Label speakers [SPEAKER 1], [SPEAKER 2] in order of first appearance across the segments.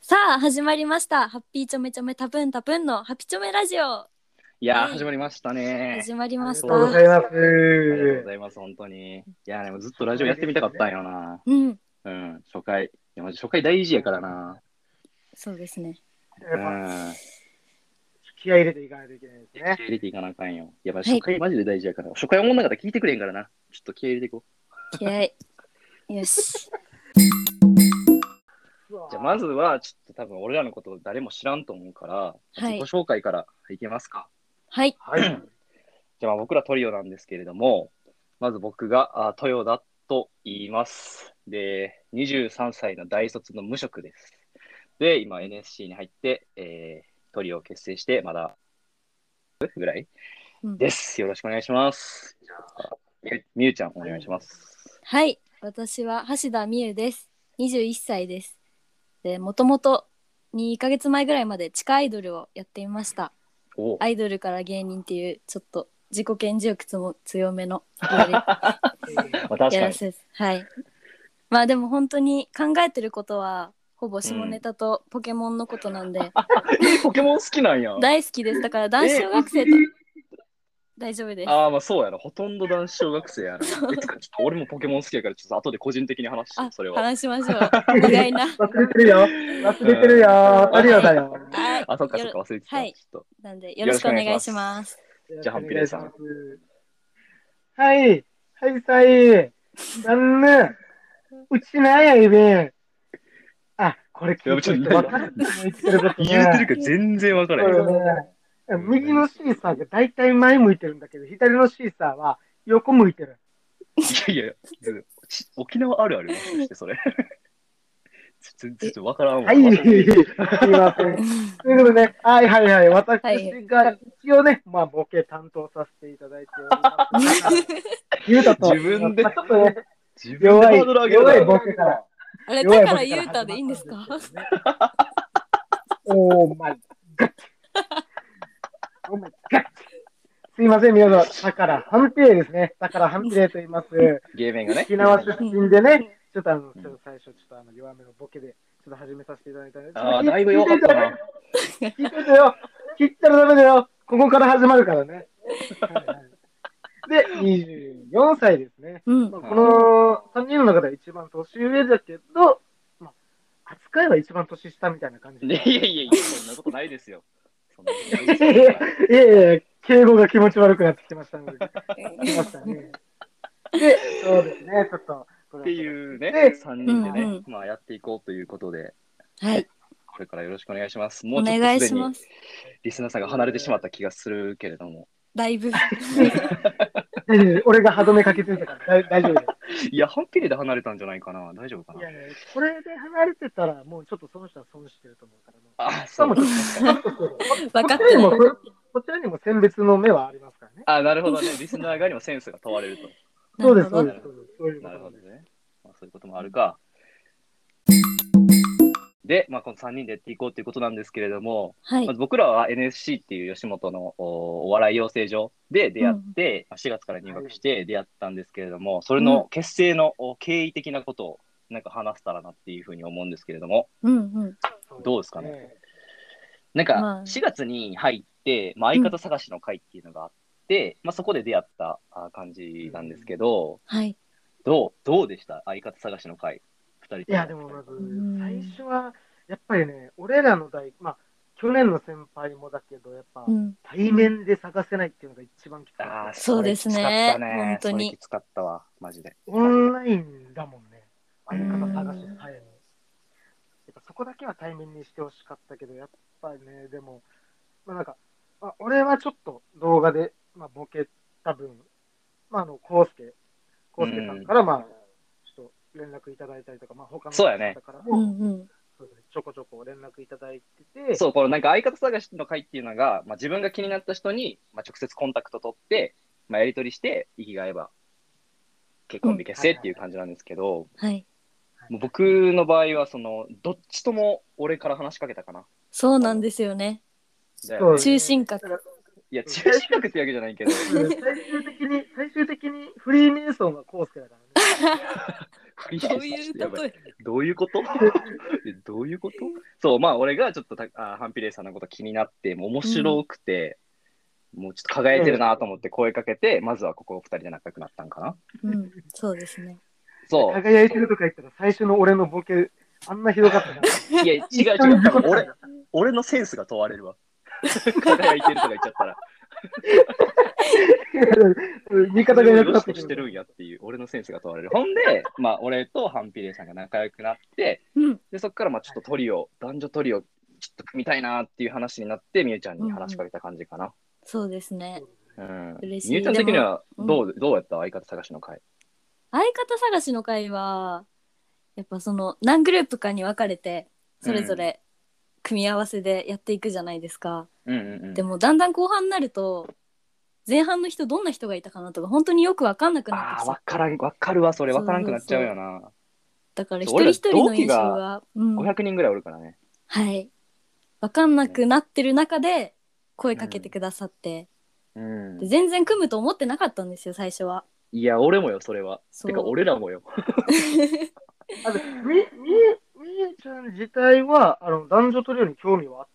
[SPEAKER 1] さあ始まりましたハッピーちょめちょめたぶんたぶんのハピちょめラジオ
[SPEAKER 2] いやー、
[SPEAKER 1] はい
[SPEAKER 2] 始まりましたね。
[SPEAKER 1] 始まりまし
[SPEAKER 3] お
[SPEAKER 1] た
[SPEAKER 3] はようご
[SPEAKER 1] う
[SPEAKER 3] ざいます。
[SPEAKER 2] ありがとうございます、本当に。いやー、でもずっとラジオやってみたかったんよな。
[SPEAKER 1] ん
[SPEAKER 2] うん、初回。いや、マジ初回大事やからな。
[SPEAKER 1] そうですね
[SPEAKER 2] う
[SPEAKER 3] やっぱ
[SPEAKER 2] ん。
[SPEAKER 3] 気合い入れていかないといけないですね。
[SPEAKER 2] 入れていかなあかんよ。やっぱ
[SPEAKER 1] い
[SPEAKER 2] 初回マジで大事やから。初回おもんなかったら聞いてくれんからな。ちょっと気合い入れていこ
[SPEAKER 1] 気合いよし
[SPEAKER 2] う。じゃあ、まずは、ちょっと多分俺らのこと誰も知らんと思うから、
[SPEAKER 1] はい
[SPEAKER 2] 自己紹介からいけますか。
[SPEAKER 1] はい
[SPEAKER 3] はい。
[SPEAKER 2] じゃあ、まあ僕らトリオなんですけれども、まず僕が、あ豊田と言います。で、23歳の大卒の無職です。で、今 NSC に入って、えートリオを結成して、まだ、ぐらい
[SPEAKER 1] うん
[SPEAKER 2] です。よろしくお願いします。じゃあみゆみゆちゃん、お願いします。
[SPEAKER 1] はい私は橋田美優です21歳ですでもともと2ヶ月前ぐらいまで地下アイドルをやっていました
[SPEAKER 2] おう
[SPEAKER 1] アイドルから芸人っていうちょっと自己顕示欲つも強めのあれ
[SPEAKER 2] まあ、確
[SPEAKER 1] や
[SPEAKER 2] からに。
[SPEAKER 1] せずはいまあでも本当に考えてることはほぼ下ネタとポケモンのことなんで、
[SPEAKER 2] えポケモン好きなんや。
[SPEAKER 1] 大好きですだから男子小学生と大丈夫です
[SPEAKER 2] ああ、まあそうやろ。ほとんど男子小学生やろ。えてかちょっと俺もポケモン好きやから、ちょっと後で個人的に話して
[SPEAKER 1] あ、
[SPEAKER 2] それは。
[SPEAKER 1] 話しま しょう意外な
[SPEAKER 3] 忘れてるよ。忘れてるよ。トリオだよ。
[SPEAKER 1] はい
[SPEAKER 2] あ、そっかそ
[SPEAKER 1] よ
[SPEAKER 2] っ
[SPEAKER 1] ろ
[SPEAKER 2] か、忘れてた。
[SPEAKER 1] はい
[SPEAKER 2] ちょっ
[SPEAKER 1] なんでよろしくお願いします
[SPEAKER 2] じゃあハンピレイさん
[SPEAKER 3] よろしくお願いします。はい。はい、さい。なんぬ。うちなんやいべ。あ、これ聞いてる人分かると思う言ってること
[SPEAKER 2] と
[SPEAKER 3] ね
[SPEAKER 2] 言うてるか全然わからへん。
[SPEAKER 3] そうね右のシーサーが大体前向いてるんだけど、左のシーサーは横向いてる。
[SPEAKER 2] いやいや、ち沖縄あるあるもしかして、そ れ。ちょっと、ちょっとわからんわ。
[SPEAKER 3] はい、すいません。ということでね、はいはいはい、私が一応ね、まあ、ボケ担当させていただいており ます。ゆうたと、
[SPEAKER 2] 自分で
[SPEAKER 3] まあちょっとね、
[SPEAKER 2] 自分で
[SPEAKER 3] 弱
[SPEAKER 2] ハ
[SPEAKER 3] い、
[SPEAKER 2] ードル上げる
[SPEAKER 3] 弱い
[SPEAKER 2] な
[SPEAKER 3] ボケから。
[SPEAKER 1] あれ
[SPEAKER 3] 弱
[SPEAKER 1] だ
[SPEAKER 3] い
[SPEAKER 1] か
[SPEAKER 3] ボ
[SPEAKER 1] ら
[SPEAKER 3] ケ
[SPEAKER 1] ゆ
[SPEAKER 3] から
[SPEAKER 1] うたでいいんですか
[SPEAKER 3] 始まったんですけどねおー、まあ、ガッチ。おーまあガッチ。すいません、皆さん。だから、ハンピレイですね。だから、ハンピレイと言います。
[SPEAKER 2] 芸名がね。
[SPEAKER 3] 沖縄出身で
[SPEAKER 1] うん
[SPEAKER 3] ね、ちょっとあの、ちょっと最初、ちょっとあの弱めのボケで、ちょっと始めさせていただいたんです
[SPEAKER 2] ああ、だいぶ弱かったな。
[SPEAKER 3] 聞いてたよ。切ったらダメだよ。ここから始まるからね。はいはいで、24歳ですね。
[SPEAKER 1] うん
[SPEAKER 3] まあこの3人の中では一番年上だけど、まあ、扱いは一番年下みたいな感じ
[SPEAKER 2] い
[SPEAKER 3] で。
[SPEAKER 2] やいやいや、そんなことないですよ。そんなことない
[SPEAKER 3] いやい
[SPEAKER 2] ですよ
[SPEAKER 3] やいや、敬語が気持ち悪くなってきてましたの で、来ましたね。で、そうですね、ちょっと。
[SPEAKER 2] っ
[SPEAKER 3] これ
[SPEAKER 2] ていうね、
[SPEAKER 3] で
[SPEAKER 2] 3人でね、
[SPEAKER 1] うんうん
[SPEAKER 2] まあやっていこうということで、
[SPEAKER 1] はい
[SPEAKER 2] これからよろしくお願いします。も
[SPEAKER 1] お
[SPEAKER 2] うちょっと
[SPEAKER 1] 願い
[SPEAKER 2] す
[SPEAKER 1] し
[SPEAKER 2] で
[SPEAKER 1] ま
[SPEAKER 2] に
[SPEAKER 1] す
[SPEAKER 2] リスナーさんが離れてしまった気がするけれども。
[SPEAKER 1] だいぶ
[SPEAKER 3] 大丈夫です俺が歯止めかけてたから大大丈夫です。
[SPEAKER 2] いや、半ピレで離れたんじゃないかな。大丈夫か
[SPEAKER 3] い
[SPEAKER 2] な
[SPEAKER 3] や。いや、これで離れてたら、もうちょっとその人は損してると思うから、もう。
[SPEAKER 2] あ、
[SPEAKER 3] しか
[SPEAKER 2] そう
[SPEAKER 3] もちょっと、ちょっとそう
[SPEAKER 1] 分かっ
[SPEAKER 3] こちら
[SPEAKER 1] て
[SPEAKER 3] に
[SPEAKER 1] な
[SPEAKER 3] も
[SPEAKER 1] い
[SPEAKER 3] こちらにも選別の目はありますからね。
[SPEAKER 2] あ、なるほどね。リスナー側にもセンスが問われると。
[SPEAKER 3] そうです、
[SPEAKER 1] な
[SPEAKER 3] そう
[SPEAKER 1] る
[SPEAKER 3] です、そうです。そういうこ
[SPEAKER 2] なるほ
[SPEAKER 3] と
[SPEAKER 2] ど
[SPEAKER 3] です。
[SPEAKER 2] ね。まあ、そういうこともあるか。で、まあ、この3人でやっていこうということなんですけれども、
[SPEAKER 1] はい
[SPEAKER 2] まず僕らは NSC っていう吉本のおお笑い養成所で出会って、まあ4月から入学して出会ったんですけれども、それの結成のお経緯的なことをなんか話せたらなっていうふうに思うんですけれども、
[SPEAKER 1] うんうん
[SPEAKER 2] どうですかね。なんか
[SPEAKER 1] まあ
[SPEAKER 2] 4月に入って、まあ、相方探しの会っていうのがあって、まあ、そこで出会ったあ感じなんですけど、
[SPEAKER 1] はい
[SPEAKER 2] どうどうでした相方探しの会、2人
[SPEAKER 3] いや、でもまず
[SPEAKER 1] ん、
[SPEAKER 3] 最初は、やっぱりね、俺らの代、まあ、去年の先輩もだけど、やっぱ
[SPEAKER 1] う、ん
[SPEAKER 3] 対面で探せないっていうのが一番きつ
[SPEAKER 2] あ
[SPEAKER 3] か
[SPEAKER 2] あ
[SPEAKER 3] った。
[SPEAKER 1] そうですね
[SPEAKER 2] それきつかったね
[SPEAKER 1] 本当に
[SPEAKER 2] それきつかったわ、マジで。
[SPEAKER 3] オンラインだもんね。相方探し
[SPEAKER 1] うん
[SPEAKER 3] さえも。やっぱそこだけは対面にしてほしかったけど、やっぱね、でも、まあなんか、まあ、俺はちょっと動画で、まあ、ボケた分、まああの、コウスケ、コウスケさんから、まあ、ちょっと連絡いただいたりとか、まあ他の
[SPEAKER 2] そうやね
[SPEAKER 3] 方から
[SPEAKER 1] う
[SPEAKER 3] も、
[SPEAKER 1] んうん
[SPEAKER 3] そうですねちょこちょこ連絡いただいてて、
[SPEAKER 2] そう、このなんか相方探しの会っていうのが、まあ、自分が気になった人に、まあ、直接コンタクト取って、まあ、やり取りして、意義が合えば、結婚日結成っていう感じなんですけど、
[SPEAKER 1] はい
[SPEAKER 2] もう僕の場合は、その、どっちとも俺から話しかけたかな。
[SPEAKER 1] そうなんですよね
[SPEAKER 2] だよね
[SPEAKER 3] そう
[SPEAKER 1] 中心核
[SPEAKER 2] いや、中心学ってわけじゃな いけど、
[SPEAKER 3] 最終的に、最終的にフリーメイソンがコウスケだからね。
[SPEAKER 2] フリー
[SPEAKER 1] どうい
[SPEAKER 2] です
[SPEAKER 1] う
[SPEAKER 2] やばい
[SPEAKER 1] 例え
[SPEAKER 2] どういう ことえどういうことそう、まあ俺がちょっとたあハンピレイさんのこと気になって、もう面白くて、もうちょっと輝いてるなと思って声かけて、まずはここ二人で仲良くなったんかな。
[SPEAKER 1] うん、そうですね。
[SPEAKER 2] そう。
[SPEAKER 3] 輝いてるとか言ったら、最初の俺のボケ、あんなひどかったから。
[SPEAKER 2] いや、違う違う。多分俺、俺のセンスが問われ るわ。輝いてるとか言っちゃったら、
[SPEAKER 3] 味
[SPEAKER 2] そ
[SPEAKER 3] 方が
[SPEAKER 2] れ
[SPEAKER 3] い
[SPEAKER 2] を
[SPEAKER 3] なく
[SPEAKER 2] よ
[SPEAKER 3] なっ
[SPEAKER 2] してとしてるんやっていう、俺のセンスが問われる。ほんで、まあ俺とハンピレイさんが仲良くなって、
[SPEAKER 1] うん、
[SPEAKER 2] で、そこからまあちょっとトリオ、男女トリオ、ちょっと組みたいなっていう話になって、みゆちゃんに話しかけた感じかな。
[SPEAKER 1] そうですね。
[SPEAKER 2] うんみゆ
[SPEAKER 1] 嬉しい
[SPEAKER 2] ちゃん的にはどう、どうやった相方探しの会。
[SPEAKER 1] 相方探しの会は、やっぱその何グループかに分かれて、それぞれ組み合わせでやっていくじゃないですか。
[SPEAKER 2] うんうんうん。
[SPEAKER 1] でもだんだん後半になると、前半の人どんな人がいたかなとか本当によく分かんなくなっ
[SPEAKER 2] あ
[SPEAKER 1] てきち
[SPEAKER 2] あ、
[SPEAKER 1] ゃっ
[SPEAKER 2] わからん、わかるわ、それ。
[SPEAKER 1] そうそ
[SPEAKER 2] わ
[SPEAKER 1] う
[SPEAKER 2] からんくなっちゃうよな。
[SPEAKER 1] たから一
[SPEAKER 2] そう
[SPEAKER 1] 人一人
[SPEAKER 2] 同
[SPEAKER 1] の
[SPEAKER 2] 期
[SPEAKER 1] 印象
[SPEAKER 2] が
[SPEAKER 1] は、うん、
[SPEAKER 2] 500人ぐらいおるからね。
[SPEAKER 1] はい分かんなくなってる中で声かけてくださって、
[SPEAKER 2] うん
[SPEAKER 1] で。全然組むと思ってなかったんですよ最初は。
[SPEAKER 2] いや、俺もよ、それは。
[SPEAKER 1] そう
[SPEAKER 2] てか、俺らもよ。
[SPEAKER 3] あとみ、み、みゆちゃん自体は、あの、男女トリオに興味はあっ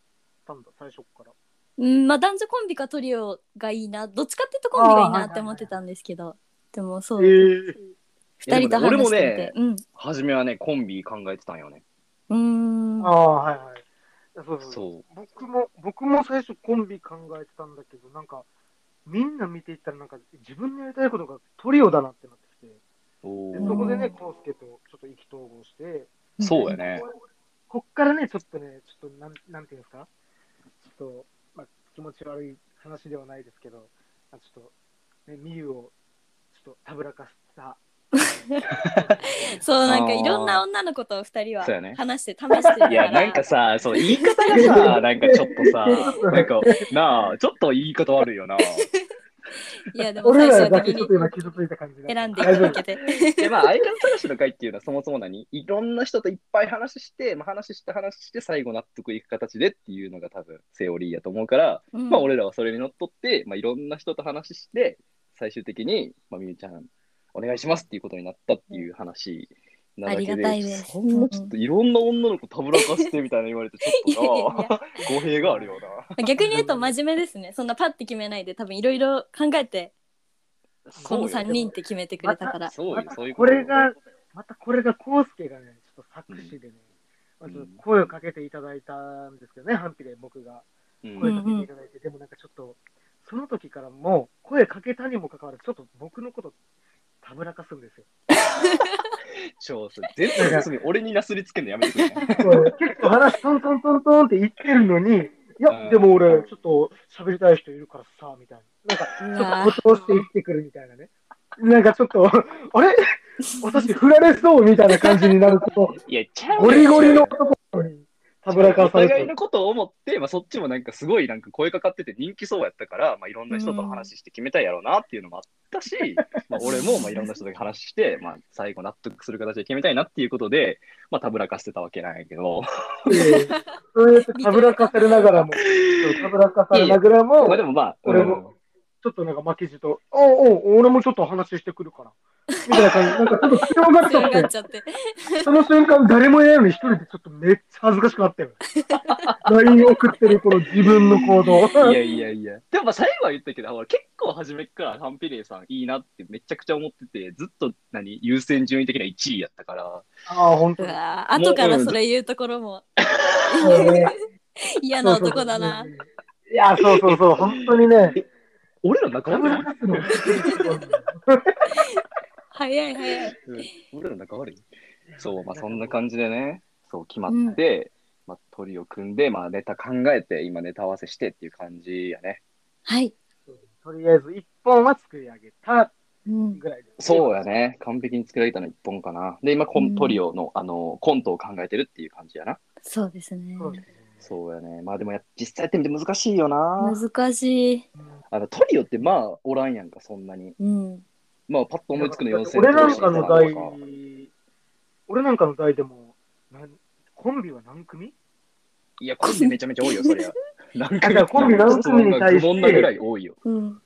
[SPEAKER 3] たんだ、最初から。
[SPEAKER 1] うんまあ男女コンビかトリオがいいなどっちかっていうとコンビがいいなって思ってたんですけど、でもそう、
[SPEAKER 3] え
[SPEAKER 1] 二
[SPEAKER 3] え
[SPEAKER 1] 2人と話してて、
[SPEAKER 2] 初めはね、コンビ考えてたんよね。
[SPEAKER 1] うんうーん
[SPEAKER 3] ああ、はいはい。そうそうそう
[SPEAKER 2] そう。
[SPEAKER 3] 僕も、僕も最初コンビ考えてたんだけど、なんか、みんな見ていったら、なんか、自分のやりたいことがトリオだなってなってきて、
[SPEAKER 2] お
[SPEAKER 3] で
[SPEAKER 1] うん
[SPEAKER 3] そこ
[SPEAKER 2] ー
[SPEAKER 3] でね、コウスケとちょっと意気投合して、
[SPEAKER 2] そう やね。
[SPEAKER 3] こっからね、ちょっとね、ちょっとなん、なんていうんですか、ちょっと、まあ、気持ち悪い話ではないですけど、まあ、ちょっと、ね、みゆを、ちょっとたぶらかした。
[SPEAKER 1] そうなんかいろんな女の子と2人は
[SPEAKER 2] そうやね
[SPEAKER 1] 話して試してるから
[SPEAKER 2] いや、なんかさ、そう、言い方がさ、なんかちょっと さ、なんか、なあ、ちょっと言い方悪いよな。
[SPEAKER 1] い やでも
[SPEAKER 3] 俺
[SPEAKER 1] 最
[SPEAKER 3] ら
[SPEAKER 1] 終
[SPEAKER 3] だ
[SPEAKER 1] 的
[SPEAKER 3] けちょっと
[SPEAKER 1] に
[SPEAKER 3] 今傷ついた感じだ
[SPEAKER 1] 選んでい
[SPEAKER 3] 大
[SPEAKER 1] た
[SPEAKER 3] 丈
[SPEAKER 1] だ
[SPEAKER 3] 夫
[SPEAKER 1] けて。
[SPEAKER 2] で、まあ、相方探しの会っていうのはそもそも何いろんな人といっぱい話して、まあ、話して話して、最後納得いく形でっていうのが多分、セオリーやと思うから、
[SPEAKER 1] うん
[SPEAKER 2] まあ、俺らはそれにのっとって、まあ、いろんな人と話して、最終的に、まあ、みゆちゃん、お願いしますっていうことになったっていう話なだけで、
[SPEAKER 1] ありがたいです
[SPEAKER 2] そんなちょっといろんな女の子たぶらかしてみたいな言われて、ちょっ とな、語弊があるよな。
[SPEAKER 1] 逆に言うと真面目ですねそんなパッて決めないで多分いろいろ考えて こ
[SPEAKER 2] そう
[SPEAKER 1] の
[SPEAKER 2] よ
[SPEAKER 1] 3人って決めてくれたから
[SPEAKER 2] そうよ
[SPEAKER 3] ま、た
[SPEAKER 2] そういう
[SPEAKER 3] こ
[SPEAKER 2] とよ
[SPEAKER 3] れが、またこれが、コウスケがね、ちょっと作詞でね、
[SPEAKER 2] うん
[SPEAKER 3] まあちょっと声をかけていただいたんですけどね、反比で僕が
[SPEAKER 2] う
[SPEAKER 3] 声
[SPEAKER 2] ん
[SPEAKER 3] かけていただいて、でもなんかちょっと、その時からもう、声かけたにもかかわらず、ちょっと僕のこと、たぶらかすんですよ。
[SPEAKER 2] 超それ全然別に俺になすりつけるのやめてくれ、ね。
[SPEAKER 3] 結構話、トントントントンって言ってるのに、い
[SPEAKER 2] うん
[SPEAKER 3] や、でも俺、ちょっと喋りたい人いるからさ、みたいな。なんか、
[SPEAKER 1] う
[SPEAKER 3] ちょ
[SPEAKER 1] わ
[SPEAKER 3] っと誇張して行ってくるみたいなね。なんかちょっと、あれ私振られそうみたいな感じになると、
[SPEAKER 2] いや、ちゃう
[SPEAKER 3] ゴリゴリの男にたぶらか
[SPEAKER 2] お
[SPEAKER 3] され
[SPEAKER 2] 互い
[SPEAKER 3] て
[SPEAKER 2] の、ことを思って、まあ、そっちもなんかすごいなんか声かかってて人気そうやったから、まあ、いろんな人と話して決めたいやろうなっていうのもあったし、まあ俺もまあいろんな人と話して、まあ、最後納得する形で決めたいなっていうことで、まあ、たぶらかしてたわけなんやけど、
[SPEAKER 3] そうやってたぶらかされながらも、たぶらかされながらも
[SPEAKER 2] まあ、でもまあ、
[SPEAKER 3] 俺もちょっとなんか負けじと、おうおう、俺もちょっと話してくるから。みたいな感じ、なんかちょっと強がっちゃ
[SPEAKER 1] 強がっ
[SPEAKER 3] っ
[SPEAKER 1] ちゃって
[SPEAKER 3] て、その瞬間誰もいないのに一人でちょっとめっちゃ恥ずかしくなったよ。LINE 送ってるこの自分の行動。
[SPEAKER 2] うんいやいやいや、でもまあ最後は言ったけど、ほら結構初めっからハンピレイさんいいなってめちゃくちゃ思ってて、ずっと何優先順位的な1位やったから、
[SPEAKER 3] ああ、本
[SPEAKER 1] う
[SPEAKER 3] 当に。
[SPEAKER 1] わ後からそれ言うところも
[SPEAKER 3] そうね
[SPEAKER 1] 嫌な男だな。
[SPEAKER 3] いや、そうそうそう、本当にね。
[SPEAKER 2] 俺ら仲
[SPEAKER 3] た
[SPEAKER 2] 悪
[SPEAKER 3] ぶ
[SPEAKER 2] い
[SPEAKER 3] らかすの。
[SPEAKER 1] 早い早い
[SPEAKER 2] 俺ら仲悪いそう、まあそんな感じでね、そう決まって、まあトリを組んで、まあネタ考えて、今ネタ合わせしてっていう感じやね。
[SPEAKER 1] はい、
[SPEAKER 3] とりあえず一本は作り上げた
[SPEAKER 1] うん、
[SPEAKER 3] ぐらいです。
[SPEAKER 2] そうやね。完璧に作られたの一本かな。で、今コ
[SPEAKER 1] う
[SPEAKER 2] ン
[SPEAKER 1] ん
[SPEAKER 2] トリオの、あの、コントを考えてるっていう感じやな。
[SPEAKER 1] そうですね
[SPEAKER 3] そうですね。
[SPEAKER 2] そうやね。まあでもや、実際やってみて難しいよな。
[SPEAKER 1] 難しい
[SPEAKER 2] あのトリオってまあ、おらんやんか、そんなに。
[SPEAKER 1] うん
[SPEAKER 2] まあ、パッと思いつくの4000
[SPEAKER 3] 俺なんかの代
[SPEAKER 2] とか、
[SPEAKER 3] 俺なんかの代でも、なんコンビは何組
[SPEAKER 2] いや、コンビめちゃめちゃ多いよ、そりゃ。なん
[SPEAKER 3] だからコンビ何組に対して
[SPEAKER 2] 質問が愚問なぐらい多いよ。
[SPEAKER 1] うん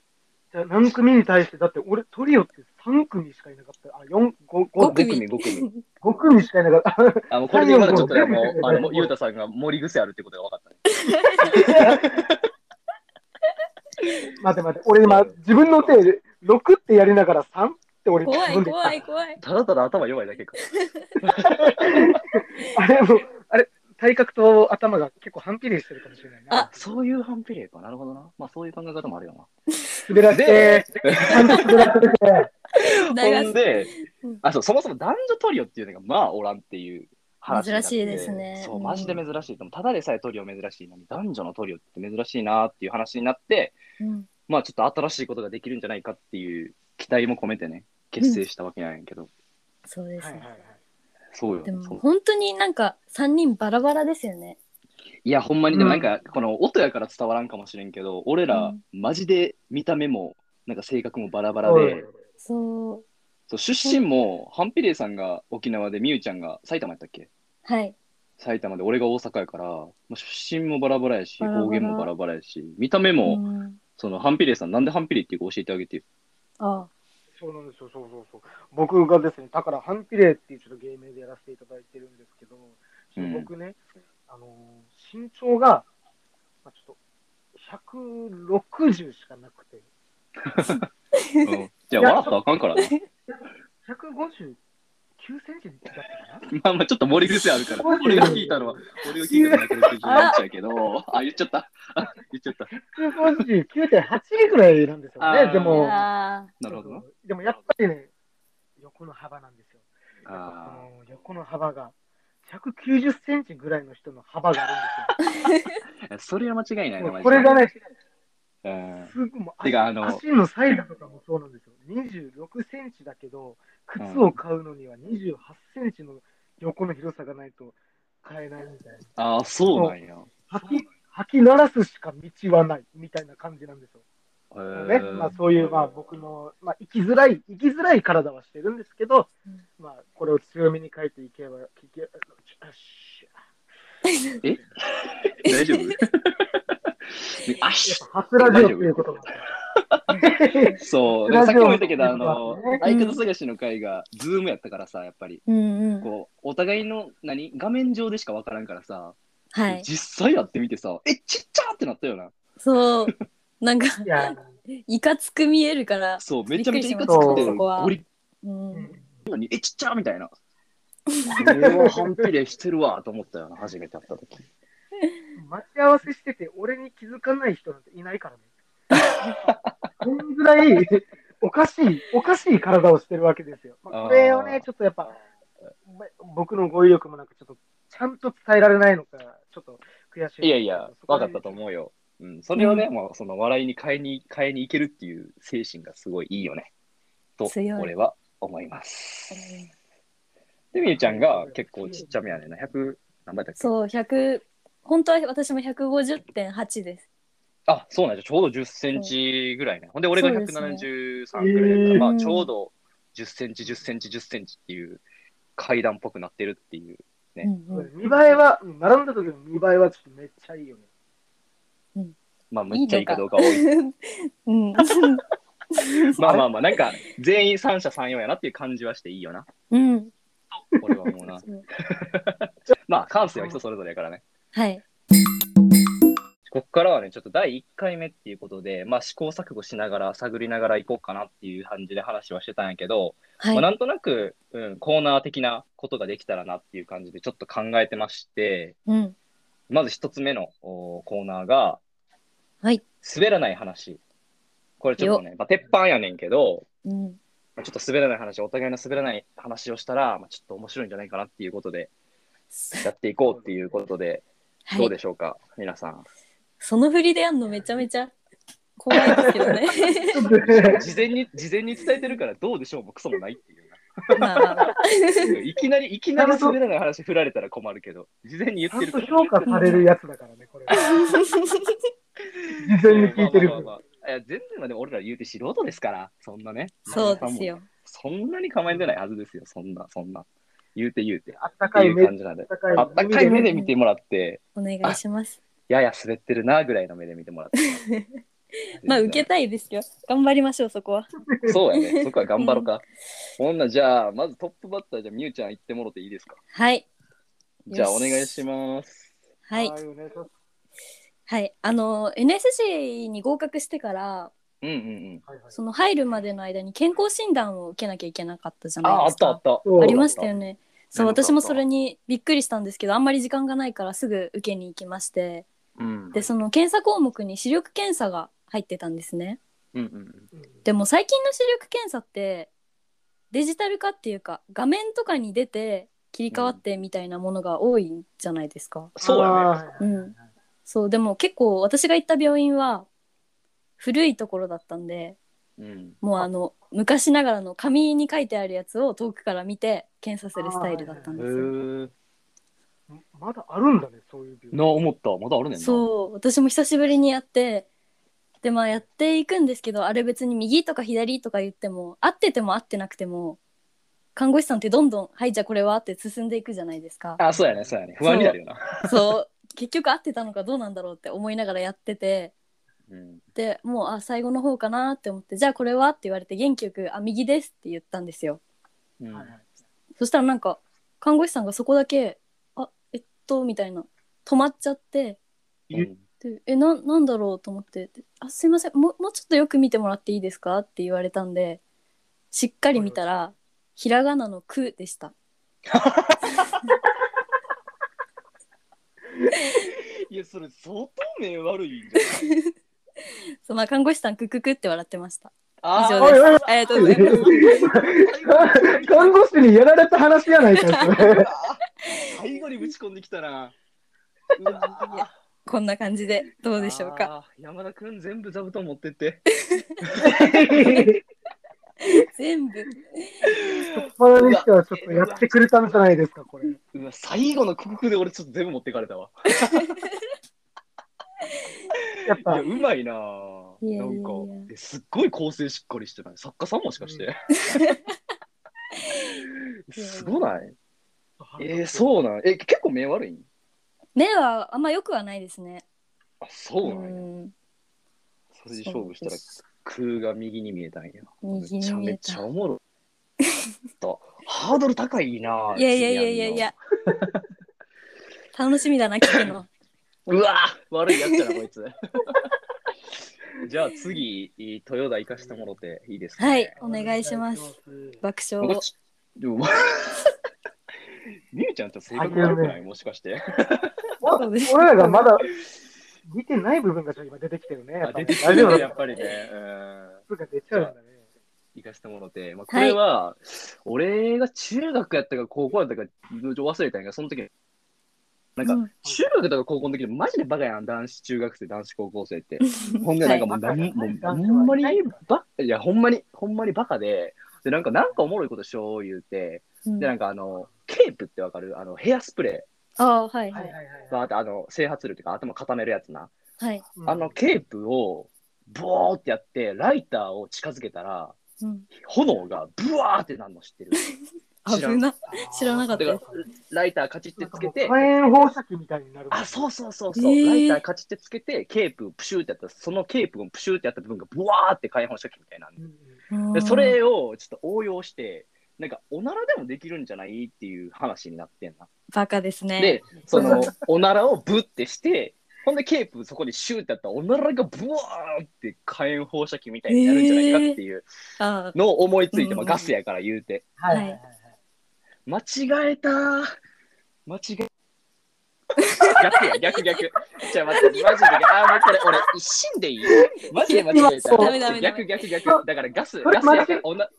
[SPEAKER 3] じゃあ何組に対して、だって俺トリオって3組しかいなかった。あ、4、5、
[SPEAKER 1] 五
[SPEAKER 3] 5、
[SPEAKER 1] 組
[SPEAKER 2] 5組。
[SPEAKER 3] 5組しかいなかった。
[SPEAKER 2] あの、これでまだちょっとね、
[SPEAKER 3] 太陽
[SPEAKER 2] もう、
[SPEAKER 3] 光
[SPEAKER 2] あの、ゆうたさんが盛り癖あるってことが分かったね。
[SPEAKER 3] 待って待って、俺今、自分の手で6ってやりながら3って俺
[SPEAKER 1] 怖
[SPEAKER 3] 自
[SPEAKER 1] い
[SPEAKER 3] 分で言った
[SPEAKER 1] 怖い怖い。
[SPEAKER 2] ただただ頭弱いだ けか。
[SPEAKER 3] あれもう、あれ、体格と頭が結構反比例してるかもしれないな
[SPEAKER 1] あ。
[SPEAKER 2] そういう反比例か。なるほどな。まあ、そういう考え方もあるよな。
[SPEAKER 3] 滑らせて、ちゃんと滑 らせて。
[SPEAKER 2] ほん
[SPEAKER 1] 長す
[SPEAKER 2] で
[SPEAKER 1] うん、
[SPEAKER 2] あ、そう、そもそも男女トリオっていうのがまあおらんっていう話になって。
[SPEAKER 1] 珍しいですね
[SPEAKER 2] そうう、
[SPEAKER 1] ん
[SPEAKER 2] マジで珍しいと思う。ただでさえトリオ珍しいのに、男女のトリオって珍しいなっていう話になって、
[SPEAKER 1] うん
[SPEAKER 2] まあちょっと新しいことができるんじゃないかっていう期待も込めてね、結成したわけなんやけど。
[SPEAKER 1] そうですね。
[SPEAKER 2] そうよ
[SPEAKER 1] で。
[SPEAKER 2] そ
[SPEAKER 1] も
[SPEAKER 2] う
[SPEAKER 1] 本当になんか三人バラバラですよね。
[SPEAKER 2] いや、ほんまに、でもなん
[SPEAKER 3] う
[SPEAKER 2] か、この音やから伝わらんかもしれんけど、俺ら、マジで見た目も、なんか性格もバラバラ
[SPEAKER 3] はい
[SPEAKER 2] で、
[SPEAKER 1] そう
[SPEAKER 2] そう出身も、ハンピレイさんが沖縄で、みゆちゃんが埼玉やったっけ
[SPEAKER 1] はい。
[SPEAKER 2] 埼玉で、俺が大阪やから、もう出身もバラバラやし、
[SPEAKER 1] バラバラ
[SPEAKER 2] 方言もバラバラやし、見た目も、
[SPEAKER 1] うん
[SPEAKER 2] その、ハンピレイさん、なんでハンピレイっていうか教えてあげてよ。
[SPEAKER 1] あ
[SPEAKER 3] そうなんですよ、そうそうそう。僕がですね、だから、ハンピレーっていうちょっと芸名でやらせていただいてるんですけど、
[SPEAKER 2] うん
[SPEAKER 3] 僕ね、あのー身長が、まあ、ちょっと、160しかなくて、
[SPEAKER 2] うんじゃあ、笑ったらあかんからな。
[SPEAKER 3] 159センチだったかな
[SPEAKER 2] まあまあ、ちょっと盛り癖あるから、俺が聞いたのは、俺が聞いたのは、これ、っちゃうけど、あ、言っちゃった。あ言っちゃった。
[SPEAKER 3] 159.8ぐらいなんですよ
[SPEAKER 2] あー
[SPEAKER 3] ね、で
[SPEAKER 1] あ。
[SPEAKER 3] も。
[SPEAKER 1] あ
[SPEAKER 2] なるほどな。
[SPEAKER 3] でもやっぱりね、横の幅なんですよ。あ
[SPEAKER 2] あー
[SPEAKER 3] の横の幅が、190センチぐらいの人の幅があるんで
[SPEAKER 2] それは間違いな
[SPEAKER 3] す
[SPEAKER 2] いな、マ
[SPEAKER 3] よ。もう
[SPEAKER 2] ジで
[SPEAKER 3] これがね、
[SPEAKER 2] うん
[SPEAKER 3] すぐもう
[SPEAKER 2] て
[SPEAKER 3] 足
[SPEAKER 2] かあの
[SPEAKER 3] 足のサイズとかもそうなんですよ。26センチだけど、靴を買うのには28センチの横の広さがないと買えないみたいな。
[SPEAKER 2] ああ、そうなんや。
[SPEAKER 3] 履き履き鳴らすしか道はないみたいな感じなんですよ。
[SPEAKER 2] へー
[SPEAKER 3] ねまあ、そういう、まあ、僕の、まあ、生きづらい、生きづらい体はしてるんですけど、
[SPEAKER 1] うん
[SPEAKER 3] まあ、これを強めに書いていけば、いけあちょあし
[SPEAKER 2] え大丈夫 あっ
[SPEAKER 3] や
[SPEAKER 2] し
[SPEAKER 3] っぱ、はすラジオっていうことなんで
[SPEAKER 2] そう、なんかさっきも言ったけど、あの
[SPEAKER 3] うん、
[SPEAKER 2] 相方探しの会が、ズームやったからさ、やっぱり、
[SPEAKER 1] ーうんうん。
[SPEAKER 2] こう、お互いの、何画面上でしかわからんからさ、
[SPEAKER 1] はい。
[SPEAKER 2] 実際やってみてさ、え、ちっちゃーってなったよな。
[SPEAKER 1] そう。なんか
[SPEAKER 3] いや、
[SPEAKER 1] いかつく見えるから。
[SPEAKER 2] そう、めちゃめちゃい
[SPEAKER 1] びっく
[SPEAKER 2] か
[SPEAKER 1] りし
[SPEAKER 2] つ
[SPEAKER 1] ました
[SPEAKER 2] くて、
[SPEAKER 1] そこは
[SPEAKER 2] ゴリ
[SPEAKER 1] うん。
[SPEAKER 3] うん
[SPEAKER 2] ッに、え、ちっちゃーみたい な。俺は反比例してるわと思ったよな、初めて会った時。
[SPEAKER 3] 待ち合わせしてて、俺に気づかない人なんていないからね。そんぐらい、おかしい、おかしい体をしてるわけですよ。まあこれを
[SPEAKER 2] あー
[SPEAKER 3] ね、ちょっとやっぱ、ま僕の語彙力もなく、ちょっと、ちゃんと伝えられないのか、ちょっと悔しい。
[SPEAKER 2] いやいや、分かったと
[SPEAKER 3] う。
[SPEAKER 2] 思うよ。うん、それをね、
[SPEAKER 1] う
[SPEAKER 2] まあ、その笑いに変えに、変えにいけるっていう精神がすごいいいよね。と、
[SPEAKER 1] 強い
[SPEAKER 2] 俺は思います。で、みゆちゃんが結構ちっちゃめやねんな。100、何倍だっけ
[SPEAKER 1] そう100本当は私も150.8です。
[SPEAKER 2] あ、そうなんじゃ。ちょうど10センチぐらいね。ほんで、俺が173
[SPEAKER 1] そう
[SPEAKER 2] ぐらいだから、
[SPEAKER 3] えー
[SPEAKER 2] まあ、ちょうど10センチ、10センチ、10センチっていう階段っぽくなってるっていう。
[SPEAKER 1] うんうん
[SPEAKER 3] 見栄えは、うん並んだ時の見栄えはちょっとめっちゃい いよね。
[SPEAKER 2] まあ、むっちゃいいかどうか多い。
[SPEAKER 1] うん、
[SPEAKER 2] まあまあまあ、なんか、全員三者三様やなっていう感じはしていいよな。
[SPEAKER 1] うん、
[SPEAKER 2] 俺は 思うな。
[SPEAKER 1] そう
[SPEAKER 2] まあ、感性は人それぞれやからね。
[SPEAKER 1] はい、
[SPEAKER 2] ここからはね、ちょっと第1回目っていうことで、まあ、試行錯誤しながら、探りながら行こうかなっていう感じで話はしてたんやけど、まあ、
[SPEAKER 1] は、
[SPEAKER 2] ないんとなく、うん、コーナー的なことができたらなっていう感じでちょっと考えてまして、
[SPEAKER 1] うん、
[SPEAKER 2] まず一つ目のおーコーナーが、
[SPEAKER 1] はい、
[SPEAKER 2] 滑らない話。これちょっとね、まあ、鉄板やねんけど、
[SPEAKER 1] うん、
[SPEAKER 2] まあちょっと滑らない話、お互いの滑らない話をしたら、まあ、ちょっと面白いんじゃないかなっていうことで、やっていこうっていうことで、
[SPEAKER 1] は
[SPEAKER 2] どう
[SPEAKER 1] い、
[SPEAKER 2] でしょうか、皆さん。
[SPEAKER 1] その振りでやんのめちゃめちゃ怖いですけど ね。
[SPEAKER 2] 事前に、事前に伝えてるから、どうでしょうもクソもないっていう。
[SPEAKER 1] まあまあまあ
[SPEAKER 2] いきなり、いきなり滑らない話振られたら困るけど、事前に言
[SPEAKER 3] ちゃ
[SPEAKER 2] って
[SPEAKER 3] ん
[SPEAKER 2] るか
[SPEAKER 3] と
[SPEAKER 2] ら。
[SPEAKER 3] 評価されるやつだからね、これは。事前に聞いてる
[SPEAKER 2] まあまあま
[SPEAKER 3] 分
[SPEAKER 2] あまあいや全然までも俺ら言うて素人ですから、そんなね。
[SPEAKER 1] そうですよ。
[SPEAKER 2] そんなに構えてないはずですよ、そんな、そんな。言うて言うて。っ
[SPEAKER 3] あった
[SPEAKER 2] て
[SPEAKER 3] かい
[SPEAKER 2] い
[SPEAKER 3] 目、
[SPEAKER 2] う
[SPEAKER 3] あ
[SPEAKER 2] 感じなんで
[SPEAKER 3] っ。たかい
[SPEAKER 2] あったかい目
[SPEAKER 3] で
[SPEAKER 2] で見てもらって、
[SPEAKER 1] お願いします。
[SPEAKER 2] やや滑ってるなぐらいの目で見てもらって。
[SPEAKER 1] まあ受けたいですよ。頑張りましょうそこは。
[SPEAKER 2] そうやね。そこは頑張ろうか。 ほんならじゃあ、まずトップバッター、じゃあ、みゆちゃん行ってもろていいですか。
[SPEAKER 1] はい
[SPEAKER 2] じゃあ、
[SPEAKER 1] よ
[SPEAKER 2] お
[SPEAKER 1] し
[SPEAKER 2] 願いします。
[SPEAKER 1] はい
[SPEAKER 3] お願いします。
[SPEAKER 1] はい。あの NSC に合格してから
[SPEAKER 2] うんうんうん。
[SPEAKER 3] はいはい
[SPEAKER 1] その入るまでの間に健康診断を受けなきゃいけなかったじゃ
[SPEAKER 2] あ、
[SPEAKER 1] ない
[SPEAKER 2] あ
[SPEAKER 1] で
[SPEAKER 2] っ
[SPEAKER 1] す
[SPEAKER 2] た
[SPEAKER 1] か。
[SPEAKER 2] あった。
[SPEAKER 3] そう
[SPEAKER 1] ありましたよね。そう
[SPEAKER 2] なんかあった
[SPEAKER 1] 私もそれにびっくりしたんですけどあんまり時間がないからすぐ受けに行きまして
[SPEAKER 2] うん。
[SPEAKER 1] でその検査項目に視力検査が入ってたんですね。
[SPEAKER 2] うんうん
[SPEAKER 3] うん
[SPEAKER 1] でも最近の視力検査ってデジタル化っていうか画面とかに出て切り替わってみたいなものが多いんじゃないですか。
[SPEAKER 2] そうやね。
[SPEAKER 3] あ
[SPEAKER 1] う
[SPEAKER 3] ー
[SPEAKER 1] ん、そうでも結構私が行った病院は古いところだったんで
[SPEAKER 2] うん。
[SPEAKER 1] もうあの昔ながらの紙に書いてあるやつを遠くから見て検査するスタイルだったん
[SPEAKER 2] へ
[SPEAKER 1] ですよ。
[SPEAKER 2] ー
[SPEAKER 3] まだあるんだね、そういう病
[SPEAKER 2] な、思った。まだあるねんな。。
[SPEAKER 1] そう私も久しぶりにやってでまあやっていくんですけどあれ別に右とか左とか言っても合ってても合ってなくても看護師さんってどんどん「はいじゃあこれは?」って進んでいくじゃないですか
[SPEAKER 2] あ、そうやね、そうやね。不安になるよな。
[SPEAKER 1] そう結局合ってたのかどうなんだろうって思いながらやってて
[SPEAKER 2] うん。
[SPEAKER 1] でもうあ最後の方かなって思って「じゃあこれは?」って言われて元気よく「あ右です」って言ったんですよ。
[SPEAKER 2] うん
[SPEAKER 3] はいはい
[SPEAKER 1] そしたらなんか看護師さんがそこだけ「あえっと」みたいな止まっちゃって
[SPEAKER 2] うん
[SPEAKER 1] でえななんだろうと思ってであすいませんもうもうちょっとよく見てもらっていいですか?」って言われたんでしっかり見たらひらがなの「く」でした
[SPEAKER 2] いや、それ、相当目悪いんじゃない
[SPEAKER 1] そう、まあ、看護師さん「くくく」って笑ってました以
[SPEAKER 2] あー
[SPEAKER 1] 上ですありがとうございます
[SPEAKER 3] 看護師にやられた話やないかそれ
[SPEAKER 2] 最後にぶち込んできたな。
[SPEAKER 1] いや こんな感じでどうでしょうか
[SPEAKER 2] あー。山田くん全部座布団持ってって。
[SPEAKER 1] 全部
[SPEAKER 3] まだにしてはちょっとやってくれたんじゃないですか、これ。
[SPEAKER 2] うわ最後のクククで俺ちょっと全部持ってかれたわ。
[SPEAKER 3] やっ
[SPEAKER 2] い
[SPEAKER 3] ぱ
[SPEAKER 2] や、うまいなぁ。
[SPEAKER 1] いやいやいや
[SPEAKER 2] なんかえすっごい構成しっかりしてない。作家さんもしかして。 すごないえー、
[SPEAKER 3] う。
[SPEAKER 2] そうなんえ、結構目悪いん
[SPEAKER 1] 目はあんま良くはないですね
[SPEAKER 2] あ、そううなんや。
[SPEAKER 1] ん
[SPEAKER 2] それで勝負したら
[SPEAKER 1] そう
[SPEAKER 2] 空が右に見えたんや。
[SPEAKER 1] 右
[SPEAKER 2] めち
[SPEAKER 1] に
[SPEAKER 2] ゃ
[SPEAKER 1] 見
[SPEAKER 2] め
[SPEAKER 1] え
[SPEAKER 2] ちゃ
[SPEAKER 1] た
[SPEAKER 2] おもろい。とハードル高いなぁ。
[SPEAKER 1] いやいやいやいやいや 楽しみだな聞くの
[SPEAKER 2] うわ悪いやつやな、こいつ。 じゃあ次、豊田行かしてもろていいですか、
[SPEAKER 1] はいお願いします爆笑
[SPEAKER 2] なんか
[SPEAKER 1] を
[SPEAKER 2] ちでも、 みゆちゃんと性格悪くないもしかして。
[SPEAKER 3] まだ俺らがまだ見てない部分がちょっと今出てきてるね。やっ
[SPEAKER 2] あ
[SPEAKER 3] ぱ
[SPEAKER 2] 出
[SPEAKER 3] ね
[SPEAKER 2] てきて
[SPEAKER 3] 大丈夫
[SPEAKER 2] る
[SPEAKER 3] だ
[SPEAKER 2] やっぱりね。うん
[SPEAKER 3] 部分が出ちゃうんだね。
[SPEAKER 2] 行かせてもろて、まあ、これは、俺が中学やったか高校やったか忘れたんやけど、その時なんか、
[SPEAKER 1] うん
[SPEAKER 2] 中学とか高校の時マジでバカやん、男子中学生、男子高校生 って。ほんで、なんかもう、なん
[SPEAKER 3] はい
[SPEAKER 2] もうほんまにバカ、いや、ほんまに、ほんまにバカで、で、なんか、なんかおもろいことしよう言うて、
[SPEAKER 1] うん
[SPEAKER 2] で、なんかあの、ケープってわかるあの、ヘアスプレ
[SPEAKER 1] ああはい
[SPEAKER 3] は
[SPEAKER 1] はい
[SPEAKER 3] はい
[SPEAKER 1] い
[SPEAKER 3] はい
[SPEAKER 2] ー、バーってあの、整髪量っていうか頭固めるやつな。
[SPEAKER 1] はい、
[SPEAKER 3] うん
[SPEAKER 2] あの、ケープを、ボーってやって、ライターを近づけたら、
[SPEAKER 1] うん、
[SPEAKER 2] 炎がブワーってなんの 知ってる。知らん
[SPEAKER 1] 危な知らなかった
[SPEAKER 2] ですライターカチってつけて、
[SPEAKER 3] 火炎放射器みたいになる。
[SPEAKER 2] あ、そうそうそうそう、
[SPEAKER 1] えー
[SPEAKER 2] ライターカチってつけて、ケーププシューってやったら、そのケープをプシューってやった部分がブワーって解放したみたいなん
[SPEAKER 3] うん。
[SPEAKER 1] うん
[SPEAKER 2] で、それをちょっと応用して、なんか、おならでもできるんじゃないっていう話になってんな。
[SPEAKER 1] バカですね
[SPEAKER 2] で、その、 おならをブってして、ほんでケープそこにシューってやったら、おならがブワーって火炎放射器みたいになるんじゃないかっていう
[SPEAKER 1] あ
[SPEAKER 2] のを思いついて、まあ
[SPEAKER 1] うん
[SPEAKER 2] ガスやから言うて。
[SPEAKER 3] はいはいはいはい。
[SPEAKER 2] 間違えたー間違え逆や逆逆じゃあ待ってマジであーもうこれ俺一心でいいマジで間違えた
[SPEAKER 3] ダ
[SPEAKER 1] メダメダメ
[SPEAKER 2] 逆逆逆だからガスガスやからおな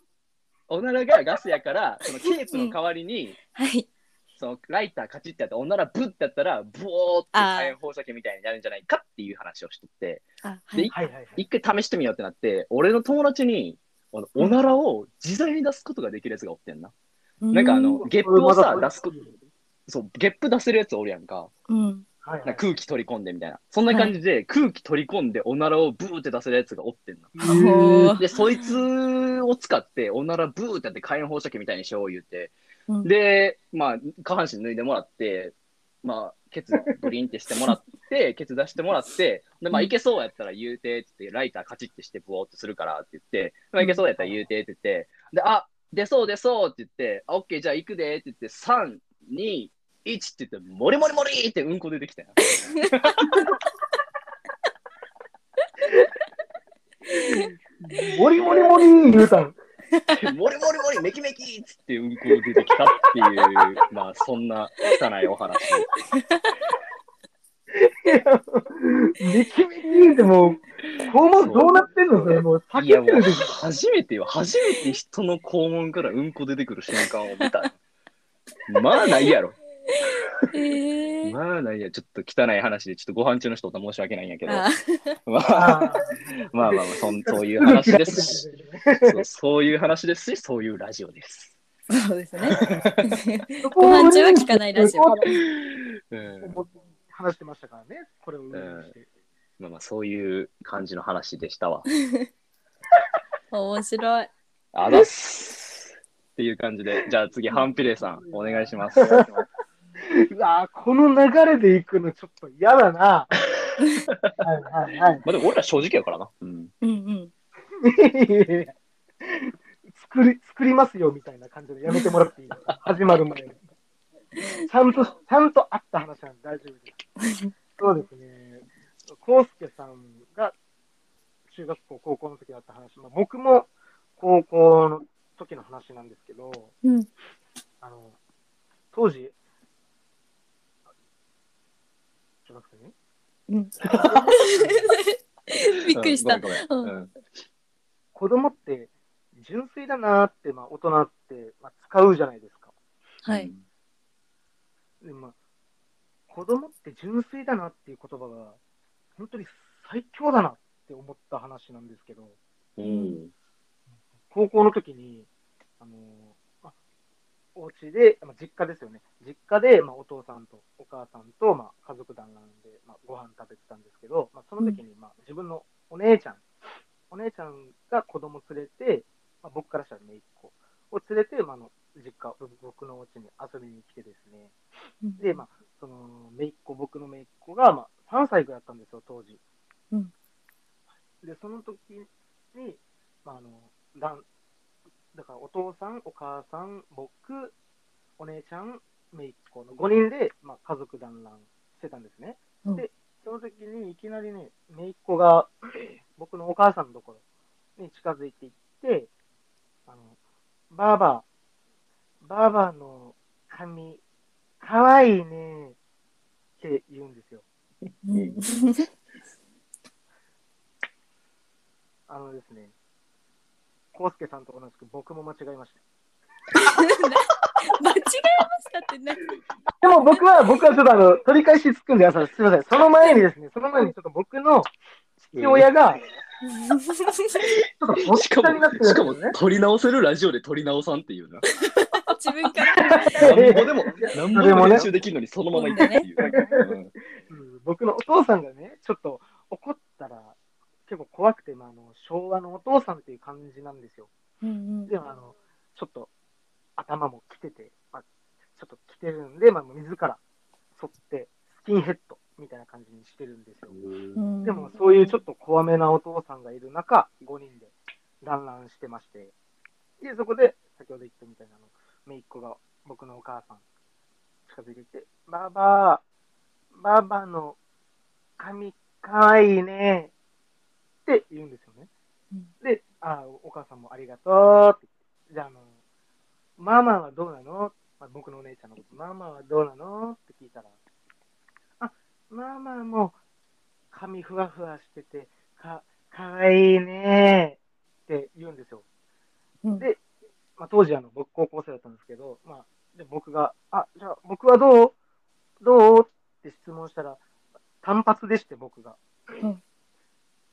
[SPEAKER 2] おならがガスやからそのケープの代わりに、
[SPEAKER 1] あはい
[SPEAKER 2] そのライターカチってやったらおならブッてやったらブオーって火炎放射器みたいになるんじゃないかっていう話をしとって
[SPEAKER 1] あは
[SPEAKER 2] で
[SPEAKER 1] い
[SPEAKER 3] はいはいはい。
[SPEAKER 2] 一回試してみようってなって俺の友達にあのおならを自在に出すことができるやつがおってんな、なんかあのゲップをさ出すことそう、ゲップ出せるやつおるやんか。
[SPEAKER 1] うん
[SPEAKER 3] はい
[SPEAKER 2] なんか空気取り込んでみたいな。そんな感じで、空気取り込んでおならをブーって出せるやつがおってんな。
[SPEAKER 1] ほ
[SPEAKER 2] で、そいつを使って、おならブーってやって火炎放射器みたいにしよう言うて。
[SPEAKER 1] うん
[SPEAKER 2] で、まあ、下半身脱いでもらって、まあ、ケツブリンってしてもらっ して、ケツ出してもらって、で、まあ、
[SPEAKER 1] うん
[SPEAKER 2] いけそうやったら言うてって言って、ライターカチッてして、ブオーってするからって言って、まあ、いけそうやったら言うてって言って、で、あ、出そう出そうって言って、あ、オッケーじゃあ行くでって言って、3、2、1って言って、もりもりもりってうんこ出て きたよ。
[SPEAKER 3] モリモリモリ言うたん。
[SPEAKER 2] もりもりもり、めきめきっつってうんこ出てきたっていう、まあ、そんな汚いお話。
[SPEAKER 3] めきめき言うてもう、肛門どうなってんのそれもう、
[SPEAKER 2] い
[SPEAKER 3] 叫
[SPEAKER 2] や、
[SPEAKER 3] ん
[SPEAKER 2] も
[SPEAKER 3] で
[SPEAKER 2] う
[SPEAKER 3] る時
[SPEAKER 2] 初めてよ。初めて人の肛門からうんこ出てくる瞬間を見た。まあないやろ。
[SPEAKER 1] えー、
[SPEAKER 2] まあないや。ちょっと汚い話で、ちょっとご飯中の人と申し訳ないんやけど。
[SPEAKER 1] あ
[SPEAKER 2] まあ、ま
[SPEAKER 3] あ
[SPEAKER 2] あまあまあそん、そういう
[SPEAKER 3] ー
[SPEAKER 2] 話です しそう、そういう話ですし、そういうラジオです。
[SPEAKER 1] そうです ね。
[SPEAKER 3] そこ
[SPEAKER 1] ご
[SPEAKER 3] を
[SPEAKER 1] 飯中は聞かないラジオ。
[SPEAKER 2] うん、
[SPEAKER 3] 話してましたからね、これを運営して。
[SPEAKER 2] まあまあ、そういう感じの話でしたわ。
[SPEAKER 1] 面白い。
[SPEAKER 2] あざっす。っていう感じで、じゃあ次、ハンピレイさん、お願いし ます。
[SPEAKER 3] うわーこの流れで行くのちょっと嫌だな。はいはいはい。
[SPEAKER 2] まあでも俺ら正直やからな。うん。
[SPEAKER 1] うんうん。
[SPEAKER 3] 作り作りますよみたいな感じでやめてもらっていいですか始まる前に。ちゃんと、ちゃんとあった話なんで大丈夫です。そうですね。康介さんが中学校、高校の時だった話、まあ、僕も高校の時の話なんですけど、
[SPEAKER 1] うん。
[SPEAKER 3] あの、当時、中学生ね
[SPEAKER 1] うん、 びっくりした。
[SPEAKER 2] ごめんごめんうん
[SPEAKER 3] 子供って純粋だなーって、まあ、大人って、まあ、使うじゃないですか。
[SPEAKER 1] はい。。
[SPEAKER 3] でまあ、子供って純粋だなっていう言葉が、本当に最強だなって思った話なんですけど、
[SPEAKER 2] うん。
[SPEAKER 3] 高校の時に、あのーまあ、お家で、まあ、実家ですよね。実家で、まあ、お父さんとお母さんと、まあ、家族団らんで、まあ、ご飯食べてたんですけど、まあ、その時に、まあ、自分のお姉ちゃん、お姉ちゃんが子供連れて、まあ、僕からしたら姪っ子を連れて、まあ、あの実家、僕のお家に遊びに来てですね、で、まあ、その、めいっ子、僕のめいっ子が、まあ、3歳ぐらいだったんですよ、当時。
[SPEAKER 1] うん
[SPEAKER 3] で、その時に、まあ、あの、だん、だから、お父さん、お母さん、僕、お姉ちゃん、めいっ子の5人で、まあ、家族団らんしてたんですね。
[SPEAKER 1] うん
[SPEAKER 3] で、その時に、いきなりね、めいっ子が、 僕のお母さんのところに近づいていって、あの、ばあば、ばあばの髪、かわいいねって言うんですよ。
[SPEAKER 1] うん
[SPEAKER 2] うん
[SPEAKER 3] あのですね、コウスケさんと同じく僕も間違えました。
[SPEAKER 1] 間違えましたって ね。
[SPEAKER 3] でも僕は、僕はちょっとあの、取り返しつくんで、あのすみません。その前にですね、その前にちょっと僕の父親が、ちょっとおっ
[SPEAKER 2] し
[SPEAKER 3] ち
[SPEAKER 2] か
[SPEAKER 3] ゃんになって
[SPEAKER 2] も、しかも
[SPEAKER 3] んですね、。
[SPEAKER 2] 撮り直せるラジオで撮り直さんっていうな。
[SPEAKER 1] 自分から
[SPEAKER 2] なんぼでも、なんぼでも
[SPEAKER 3] ね
[SPEAKER 2] 練習できるのにそのままいくっていう。
[SPEAKER 3] うん僕のお父さんがね、ちょっと怒ったら、結構怖くて、まあ、あの昭和のお父さんっていう感じなんですよ。
[SPEAKER 1] うん
[SPEAKER 3] でもあの、ちょっと頭もきてて、まあ、ちょっときてるんで、まあ、自ら剃って、スキンヘッドみたいな感じにしてるんですよ。
[SPEAKER 2] うん
[SPEAKER 1] うん。
[SPEAKER 3] でも、そういうちょ
[SPEAKER 1] っ
[SPEAKER 3] っと怖めなお父さんがいる中、5人で団らんしてまして、で、そこで、先ほど言ったみたいなあの、めいっ子が僕のお母さん、近づいてきて、ばばあ、ばばの髪かわいいね、って言うんですよね。で、あお母さんもありがとうってじゃあ、あの、ママはどうなの、まあ、僕のお姉ちゃんのこと、ママはどうなのって聞いたら、あ、ママも髪ふわふわしてて、か、かわいいねって言うんですよ。
[SPEAKER 1] と
[SPEAKER 3] でまあ、当時あの、僕高校生だったんですけど、まあ、で僕が、あ、じゃあ僕はどうどうって質問したら、単発でして僕が。
[SPEAKER 1] うん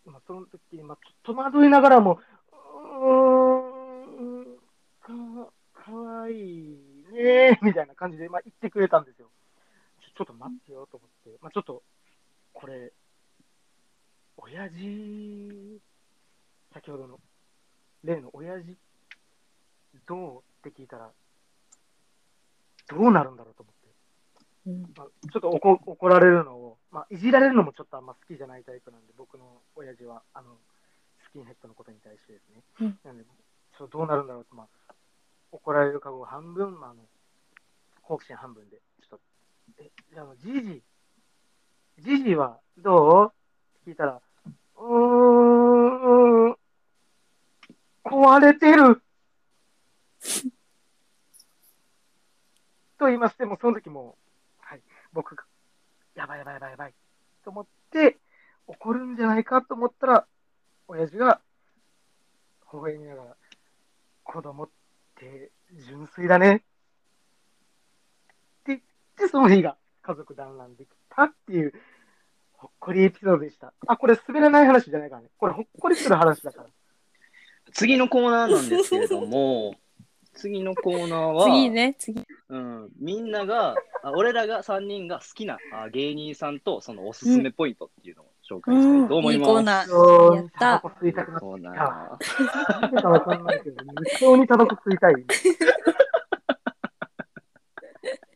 [SPEAKER 3] まあ、その時に、まあ、戸惑いながらも、うーん、かかわいいねみたいな感じで、まあ、言ってくれたんですよ。ちょちょっと待ってよと思って、まあ、ちょっと、これ、親父、先ほどの、例の親父、どうって聞いたら、どうなるんだろうと思って。まあちょっと怒怒られるのをまあ、いじられるのもちょっとあんま好きじゃないタイプなんで、僕の親父は、あの、スキンヘッドのことに対してですね。
[SPEAKER 1] うん
[SPEAKER 3] なんで、ちょっとどうなるんだろうと、まあ、怒られるかを半分、まあ、あの、好奇心半分で、ちょっと、え、じゃあもう、じいじ、じいじはどうって聞いたら、うーん、壊れてる。と言いましても、その時もう、はい、僕が、やばいやばいやばいやばいと思って、怒るんじゃないかと思ったら、親父が、微笑みながら、子供って純粋だね。って言って、その日が家族団らんできたっていう、ほっこりエピソードでした。あ、これ滑らない話じゃないからね。これほっこりする話だから。
[SPEAKER 2] 次のコーナーなんですけれども、次のコーナーは、
[SPEAKER 1] 次ね、次。
[SPEAKER 2] うん、みんなが、あ俺らが3人が好きなあ芸人さんとそのおすすめポイントっていうのを紹介したいと思
[SPEAKER 1] い
[SPEAKER 2] い
[SPEAKER 1] い
[SPEAKER 2] ます。
[SPEAKER 1] コーナー。や
[SPEAKER 3] よ
[SPEAKER 1] っ
[SPEAKER 3] ータ
[SPEAKER 1] た
[SPEAKER 3] バコ。吸いたくなって
[SPEAKER 2] コーナー
[SPEAKER 3] なんでかわかんないけど、無性にタバコ吸いたい。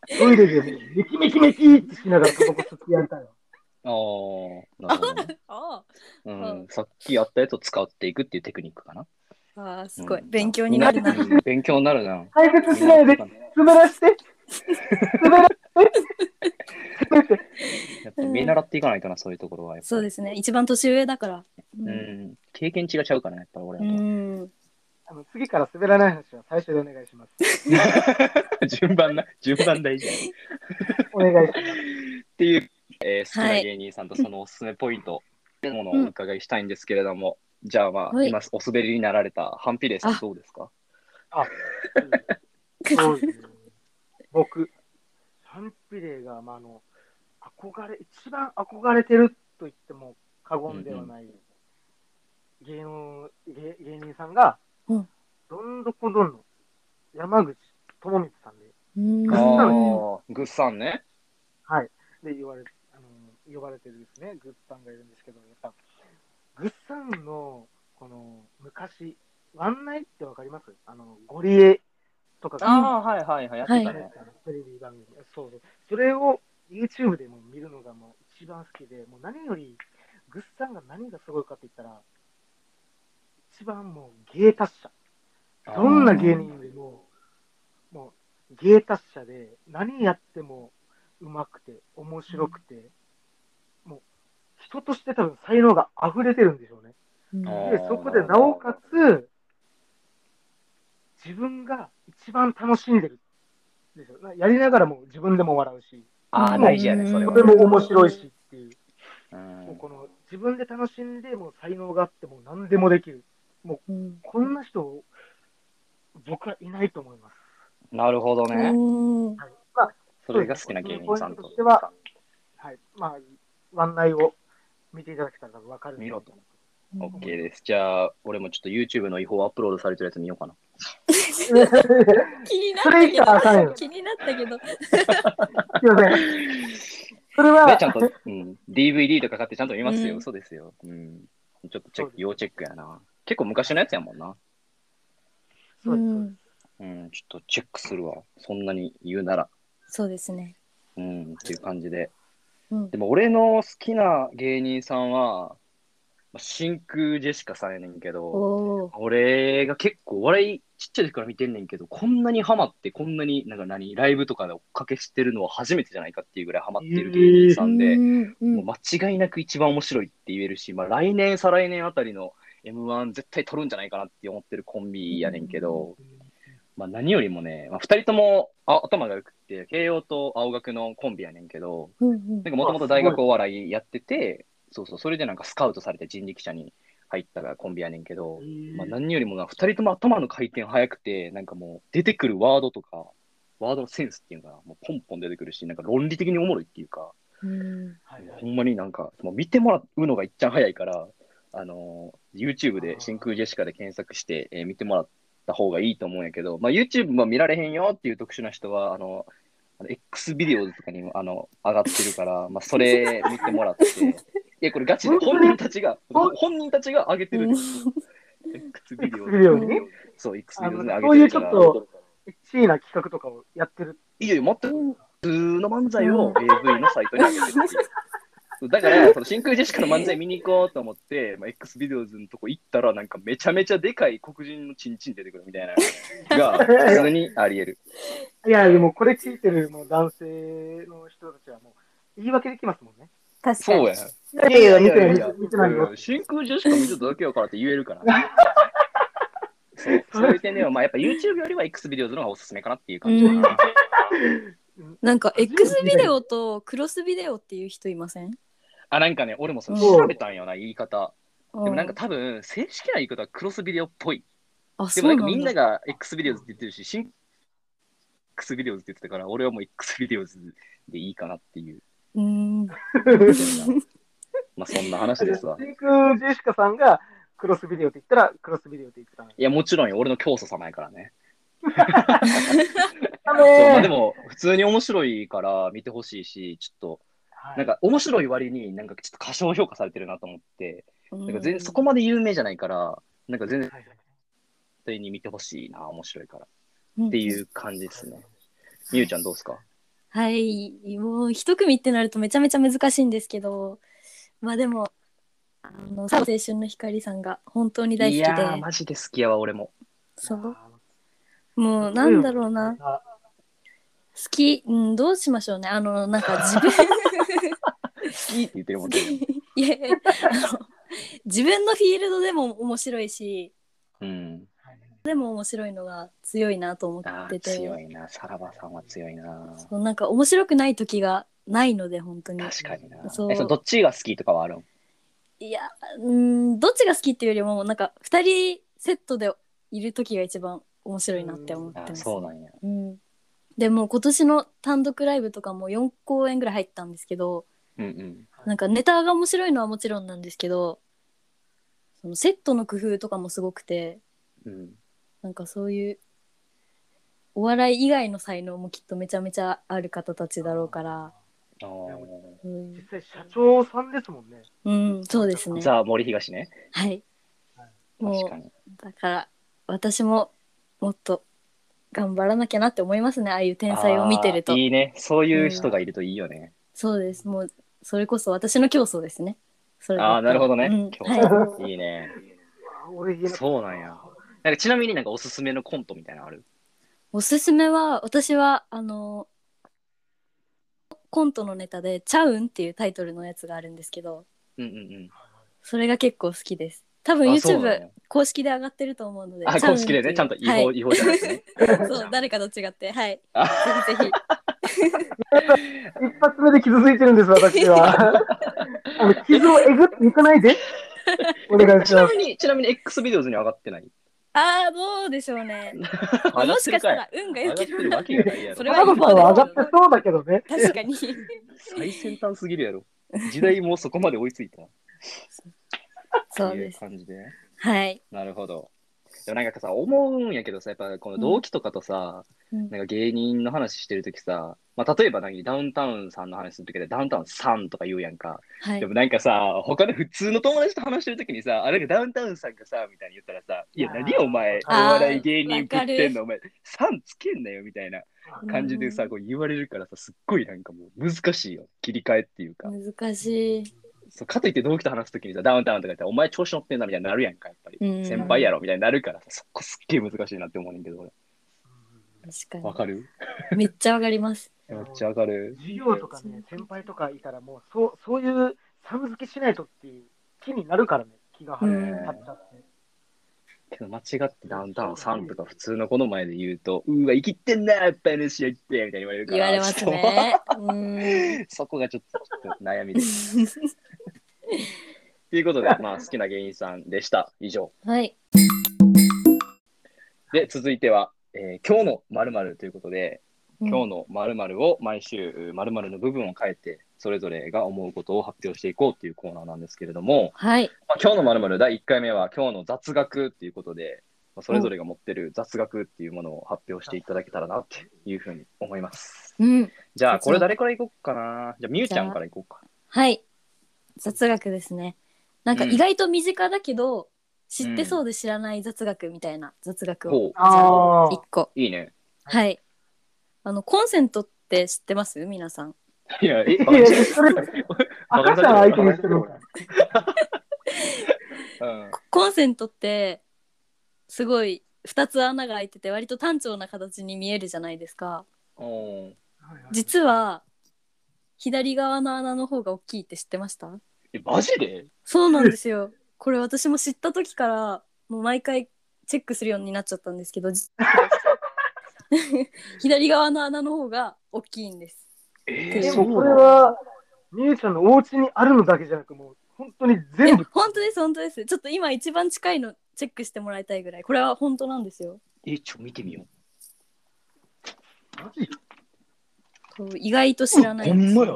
[SPEAKER 3] トイレでねメキメキメキってしながらタバコ吸ってやりたいわ。
[SPEAKER 2] あーなるほどね
[SPEAKER 1] あ
[SPEAKER 2] うん、さっきやったやつを使っていくっていうテクニックかな。
[SPEAKER 1] あ、すごい。
[SPEAKER 2] うん
[SPEAKER 1] 勉強になるな。
[SPEAKER 2] うん勉強になるな。
[SPEAKER 3] 解決しないで、 滑らして、滑らして、滑らして。
[SPEAKER 2] やっぱ見習っていかないとな、そういうところはやっぱり。
[SPEAKER 1] そうですね。一番年上だから。う。
[SPEAKER 2] うんん、経験値がちゃうからね、やっぱり俺
[SPEAKER 1] う
[SPEAKER 2] らと。
[SPEAKER 1] ん。
[SPEAKER 3] あの次から滑らない話は最初でお願いします。
[SPEAKER 2] 順番な、順番大事やね
[SPEAKER 3] お願いします。
[SPEAKER 2] っていう、えー好き
[SPEAKER 1] は
[SPEAKER 2] ない芸人さんとそのおすすめポイントってものをお伺いしたいんですけれども、じゃあまあ、
[SPEAKER 1] はい
[SPEAKER 2] 今お滑りになられたハンピレイさん
[SPEAKER 1] あ
[SPEAKER 2] どうですか
[SPEAKER 3] あ、そうですね僕、サンピレイが、まあ、あの、憧れ、一番憧れてると言っても過言ではない、芸能、芸芸人さんが、
[SPEAKER 1] うん
[SPEAKER 3] どんどこどんの山口智光さんで、
[SPEAKER 1] うん
[SPEAKER 2] あーグッサンね。
[SPEAKER 3] はい。で、言われ、あの、呼ばれてるですね、グッさんがいるんですけど、やっぱ、グッさんの、この、昔、ワンナイってわかりますあの、ゴリエとかが
[SPEAKER 2] ああ、はいはいはい、やってたね。
[SPEAKER 3] テレビ番組。そうそう。それを YouTube でも見るのがもう一番好きで、もう何より、グッさんが何がすごいかって言ったら、一番もう芸達者。どんな芸人でも、もう芸達者で、何やっても上手くて、面白くて、もう人として多分才能が溢れてるんでしょうね。
[SPEAKER 1] うん
[SPEAKER 3] で、そこでなおかつ、自分が一番楽しんでる。でしょなやりながらも自分でも笑うし、
[SPEAKER 2] ああ、大事やね、それ
[SPEAKER 3] と
[SPEAKER 2] は
[SPEAKER 3] て。も面白いしってい
[SPEAKER 2] う
[SPEAKER 3] う、
[SPEAKER 2] ん
[SPEAKER 3] もうこの自分で楽しんで、もう才能があって、もう何でもできる。
[SPEAKER 1] うん
[SPEAKER 3] こんな人、僕はいないと思います。
[SPEAKER 2] なるほど
[SPEAKER 1] う
[SPEAKER 2] ね。
[SPEAKER 1] ん。
[SPEAKER 3] はいまあ、
[SPEAKER 2] それが好きな芸人さん
[SPEAKER 3] ポイント
[SPEAKER 2] と
[SPEAKER 3] とし。ては、はい、まあ、案内を見ていただけたら多分わかるんじゃないかな。
[SPEAKER 2] オッケーです。じゃあ、俺もちょっと YouTube の違法アップロードされてるやつ見ようかな。
[SPEAKER 1] 気にな
[SPEAKER 3] それ以上
[SPEAKER 1] っ
[SPEAKER 3] あかん
[SPEAKER 1] たけど。
[SPEAKER 3] よ
[SPEAKER 1] 気になったけど。
[SPEAKER 3] すいません。そ れは
[SPEAKER 2] で、ちゃんと、うん、DVD とか買ってちゃんと見ますよ。
[SPEAKER 1] うん
[SPEAKER 2] そうですよ。うん。ちょっとチェック、要チェックやな。結構昔のやつやもんな。
[SPEAKER 3] そうですそうです。
[SPEAKER 2] うん、ちょっとチェックするわ。そんなに言うなら。
[SPEAKER 1] そうですね。
[SPEAKER 2] うん、っていう感じで。
[SPEAKER 1] うん
[SPEAKER 2] でも俺の好きな芸人さんは、まあ真空ジェシカさんやねんけど、
[SPEAKER 1] おお。
[SPEAKER 2] 俺が結構お笑いちっちゃい時から見てんねんけど、こんなにハマって、こんなになんか何、ライブとかで追っかけしてるのは初めてじゃないかっていうぐらいハマってる芸人さんで、
[SPEAKER 1] うんう
[SPEAKER 2] もうん間違いなく一番面白いって言えるし、まあ来年、再来年あたりの M1 絶対取るんじゃないかなって思ってるコンビやねんけど、まあ、何よりもね、まあ、2人ともあ頭が良くて、慶応と青学のコンビやねんけど、
[SPEAKER 1] うんうん
[SPEAKER 2] なんかもともと大学お笑いやってて、そうそう、それでなんかスカウトされて人力車に入ったがコンビやねんけど、まあ、何よりもな、2人とも頭の回転早くて、なんかもう出てくるワードとか、ワードのセンスっていうのがもうポンポン出てくるし、なんか論理的におもろいっていうか、
[SPEAKER 1] うん
[SPEAKER 3] はいはい
[SPEAKER 2] ほんまになんか、もう見てもらうのがいっちゃん早いから、あのー YouTube で真空ジェシカで検索して、えー見てもらった方がいいと思うんやけど、まあ、YouTube も見られへんよっていう特殊な人は、あの、あの X ビデオズとかにもあの上がってるから、まあ、それ見てもら って、いや、これガチで本人たちが、
[SPEAKER 3] 本当に
[SPEAKER 2] 本人たちが上げてるんですよ。X ビデオ
[SPEAKER 3] 作るようにね、
[SPEAKER 2] そう、X ビ
[SPEAKER 3] あ
[SPEAKER 2] デオ
[SPEAKER 3] の
[SPEAKER 2] ズで上げてるから。
[SPEAKER 3] そういうちょっと、エッチーな企画とかをやってる。
[SPEAKER 2] いやいや、もっと普通の漫才を AV のサイトに上げてるっていう。だから、その真空ジェシカの漫才見に行こうと思って、まあ、X ビデオズのとこ行ったら、なんかめちゃめちゃでかい黒人のチンチン出てくるみたいな、が、普通にあり得る。
[SPEAKER 3] いや、でもこれ聞いてるもう男性の人たちはもう言い訳できますもんね。
[SPEAKER 1] 確か
[SPEAKER 2] そう
[SPEAKER 1] に。
[SPEAKER 2] や。
[SPEAKER 3] いやいや、見てな
[SPEAKER 2] やい
[SPEAKER 3] いい、見
[SPEAKER 2] や
[SPEAKER 3] て見てない よ。
[SPEAKER 2] 真空ジェシカ見てただけやからって言えるから。そうそういう点では、まあ、やっぱ YouTube よりは X ビデオズの方がおすすめかなっていう感じかな。
[SPEAKER 1] なんか X ビデオとクロスビデオっていう人いません、
[SPEAKER 2] あ、なんかね、俺もその
[SPEAKER 1] うん
[SPEAKER 2] 調べたんよな、言い方。
[SPEAKER 1] う
[SPEAKER 2] でもなんか多分、正式な言い方はクロスビデオっぽい。
[SPEAKER 1] あ
[SPEAKER 2] で
[SPEAKER 1] そ
[SPEAKER 2] もな
[SPEAKER 1] うん
[SPEAKER 2] か
[SPEAKER 1] な
[SPEAKER 2] みん
[SPEAKER 1] ん
[SPEAKER 2] な
[SPEAKER 1] だ
[SPEAKER 2] が X ビデオズって言ってるし、新 X ビデオズって言ってたから、俺はもう X ビデオズでいいかなっ ていう。
[SPEAKER 1] うーん
[SPEAKER 2] まあ、そんな話で すわ。
[SPEAKER 3] 真空ジェシカさんがクロスビデオって言ったら、クロスビデオって言ってたのに。
[SPEAKER 2] いや、もちろんよ俺の教祖様やからね。そうまあ、
[SPEAKER 3] ダ
[SPEAKER 2] で
[SPEAKER 3] メー
[SPEAKER 2] も、普通に面白いから見てほしいし、ちょっと、
[SPEAKER 3] はい
[SPEAKER 2] なんか面白い割に、なんかちょっと過小評価されてるなと思って、なんか全そこまで有名じゃないから、なんか全
[SPEAKER 3] はい
[SPEAKER 2] 体に見てほしいな、面白いから。
[SPEAKER 1] っ
[SPEAKER 2] っていう感じですね。みゆちゃんどうですか
[SPEAKER 1] はいもう一組ってなるとめちゃめちゃ難しいんですけどまあでもあの青春の光さんが本当に大
[SPEAKER 2] い
[SPEAKER 1] 好き
[SPEAKER 2] やー、
[SPEAKER 1] で
[SPEAKER 2] マジで好きやわ、俺も。
[SPEAKER 1] そうもうなんだろうな。
[SPEAKER 3] あ
[SPEAKER 1] 好き、うん、どうしましょうねあのなんか自分
[SPEAKER 2] 好きって言ってるもんね。
[SPEAKER 1] いやいやあの自分のフィールドでも面白いし
[SPEAKER 2] うん。
[SPEAKER 1] でも面白いのが強いなと思
[SPEAKER 2] あ
[SPEAKER 1] っ
[SPEAKER 2] ー
[SPEAKER 1] てて
[SPEAKER 2] 強いな。さらばさんは強いな。
[SPEAKER 1] そうなんか面白くない時がないので本当に
[SPEAKER 2] 確かにな。え、そ
[SPEAKER 1] そう
[SPEAKER 2] れどっちが好きとかはあるん
[SPEAKER 1] いやうんどっちが好きっていうよりもなんか2人セットでいる時が一番面白いなって思って
[SPEAKER 2] あ
[SPEAKER 1] ま
[SPEAKER 2] ー、
[SPEAKER 1] す、
[SPEAKER 2] そうなんや。
[SPEAKER 1] うん、でもう今年の単独ライブとかも4公演ぐらい入ったんですけど
[SPEAKER 2] うんうん。
[SPEAKER 1] なんかネタが面白いのはもちろんなんですけどそのセットの工夫とかもすごくて
[SPEAKER 2] うん、
[SPEAKER 1] なんかそういうお笑い以外の才能もきっとめちゃめちゃある方たちだろうから、
[SPEAKER 2] あ
[SPEAKER 1] うん
[SPEAKER 3] 実際、社長さんですもんね。
[SPEAKER 1] うん、そうです
[SPEAKER 2] ー
[SPEAKER 1] ね。
[SPEAKER 2] ザ・森東ね。
[SPEAKER 1] はい。
[SPEAKER 2] 確
[SPEAKER 1] も
[SPEAKER 2] かに。
[SPEAKER 1] う、だから、私ももっと頑張らなきゃなって思いますね、ああいう天才を見てる
[SPEAKER 2] あ
[SPEAKER 1] と
[SPEAKER 2] ー。いいね。そういう人がいるといいよね。
[SPEAKER 1] そうです、もう、それこそ私の競争ですね。それだったら
[SPEAKER 2] ああ、なるほどね。
[SPEAKER 1] うん
[SPEAKER 2] 今日
[SPEAKER 1] はい、
[SPEAKER 2] いいね。
[SPEAKER 3] あ俺言えなかった
[SPEAKER 2] そうなんや。なんかちなみになんかおすすめのコントみたいなのある
[SPEAKER 1] おすすめは、私は、あの、コントのネタで、チャウンっていうタイトルのやつがあるんですけど、
[SPEAKER 2] うんうんうん。
[SPEAKER 1] それが結構好きです。多分
[SPEAKER 2] あそうなん
[SPEAKER 1] YouTube
[SPEAKER 2] や
[SPEAKER 1] 公式で上がってると思うので。
[SPEAKER 2] あ、
[SPEAKER 1] チャウン
[SPEAKER 2] 公式でね、ちゃんと違
[SPEAKER 1] は
[SPEAKER 2] 法、
[SPEAKER 1] い
[SPEAKER 2] 違法じゃないです ね。
[SPEAKER 1] そう、誰かと違って、はい。
[SPEAKER 2] あ
[SPEAKER 1] ぜひぜひ。
[SPEAKER 3] 一発目で傷ついてるんです、私は。あの傷をえぐっていかないで。お願い
[SPEAKER 2] ち
[SPEAKER 3] し
[SPEAKER 2] な
[SPEAKER 3] ます。
[SPEAKER 2] みに、ちなみに X ビデオズに上がってない
[SPEAKER 1] ああ、どうでしょうね。
[SPEAKER 2] 上が
[SPEAKER 1] も
[SPEAKER 2] っ
[SPEAKER 1] してか
[SPEAKER 2] る
[SPEAKER 1] した
[SPEAKER 2] かい
[SPEAKER 1] ら運が良
[SPEAKER 2] 上がっ
[SPEAKER 1] け
[SPEAKER 2] て
[SPEAKER 1] れ
[SPEAKER 2] る
[SPEAKER 1] ば
[SPEAKER 2] わけがないや
[SPEAKER 1] そ
[SPEAKER 2] ろ
[SPEAKER 1] れ。は
[SPEAKER 3] 花子さんは上がってそうだけ どね。
[SPEAKER 1] 確かに。
[SPEAKER 2] 最先端すぎるやろ。時代もそこまで追いついた。
[SPEAKER 1] そう
[SPEAKER 2] ってい
[SPEAKER 1] で
[SPEAKER 2] う
[SPEAKER 1] す。
[SPEAKER 2] 感じで。
[SPEAKER 1] はい。
[SPEAKER 2] なるほど。でもなんかさ、思うんやけどさ、やっぱこの同期とかとさ、
[SPEAKER 1] うん
[SPEAKER 2] なんか芸人の話してるときさ、まあ、例えば何ダウンタウンさんの話するときでダウンタウンさんとか言うやんか。
[SPEAKER 1] はい。
[SPEAKER 2] でもなんかさ、他の普通の友達と話してるときにさ、あれダウンタウンさんがさ、みたいに言ったらさ、いや、
[SPEAKER 3] あー
[SPEAKER 2] 何お前、お
[SPEAKER 1] あー
[SPEAKER 2] 笑い芸人ぶってんの、お前、さんつけんなよ、みたいな感じでさ、
[SPEAKER 1] うん
[SPEAKER 2] こう言われるからさ、すっごいなんかもう難しいよ。切り替えっていうか。
[SPEAKER 1] 難しい。
[SPEAKER 2] そうかといって同期と話すときにさ、ダウンタウンとか言ったら、お前調子乗ってんなみたいになるやんか、やっぱり。
[SPEAKER 1] うん
[SPEAKER 2] 先輩やろみたいになるからさ、そこすっげえ難しいなって思うねんけど、俺。
[SPEAKER 1] 確
[SPEAKER 2] わ
[SPEAKER 1] か
[SPEAKER 2] かる
[SPEAKER 1] に。めっちゃわかります。
[SPEAKER 2] めっちゃわかる。
[SPEAKER 3] 授業とかね、先輩とかいたら、もうそうそういうさん付けしないとっていう気になるからね、気が張
[SPEAKER 1] うん
[SPEAKER 3] っちゃって。
[SPEAKER 2] けど間違ってダウンタウンさんとか普通の子の前で言うと、うわ、生きてんな、やっぱ NC 行って、みたいに言われるから。
[SPEAKER 1] 言われますね。うん。
[SPEAKER 2] そう。そこ がちょっとちょっと悩 みです。ということで、まあ、好きな芸人さんでした。以上。
[SPEAKER 1] はい。
[SPEAKER 2] で、続いては、えー今日の〇〇ということで、今日の〇〇を毎週〇〇の部分を変えて、それぞれが思うことを発表していこうというコーナーなんですけれども、
[SPEAKER 1] はい。
[SPEAKER 2] まあ、今日の〇〇第1回目は今日の雑学ということで、まあ、それぞれが持ってる雑学っていうものを発表していただけたらなっていうふうに思います。
[SPEAKER 1] うん。
[SPEAKER 2] じゃあ、これ誰からいこうかな。じゃあ、みゆちゃんからいこうか。
[SPEAKER 1] はい。雑学ですね。なんか意外と身近だけど、知ってそうで知らない雑学みたいな雑学を。
[SPEAKER 2] ほう。
[SPEAKER 3] あ
[SPEAKER 1] 一個。
[SPEAKER 2] いいね。
[SPEAKER 1] はい。あの、コンセントって知ってます皆さん。
[SPEAKER 2] いや、え、
[SPEAKER 3] あ。いや、それ、
[SPEAKER 2] わかり
[SPEAKER 3] 赤
[SPEAKER 2] まし
[SPEAKER 3] ちゃ
[SPEAKER 2] た
[SPEAKER 3] ん相手にし てるのか。
[SPEAKER 2] うん。
[SPEAKER 1] コンセントってすごい2つ穴が開いてて割と単調な形に見えるじゃないですか
[SPEAKER 2] おー
[SPEAKER 3] はいはい
[SPEAKER 1] 実は左側の穴の方が大きいって知ってました
[SPEAKER 2] え、マジで
[SPEAKER 1] そうなんです よこれ私も知った時からもう毎回チェックするようになっちゃったんですけど 実左側の穴の方が大きいんです
[SPEAKER 2] え
[SPEAKER 1] で
[SPEAKER 2] ー、
[SPEAKER 3] で
[SPEAKER 2] そ
[SPEAKER 3] も
[SPEAKER 2] う
[SPEAKER 3] これ
[SPEAKER 2] なの
[SPEAKER 3] は、みゆちゃんのお家にあるのだけじゃなく、もう本当に
[SPEAKER 1] いや
[SPEAKER 3] 全部。
[SPEAKER 1] 本当です本当ですちょっと今一番近いのチェックしてもらいたいぐらいこれは本当なんですよ
[SPEAKER 2] え、ちょ、見てみよう。
[SPEAKER 3] マジ
[SPEAKER 1] そう意外と知らないです
[SPEAKER 2] うんほんま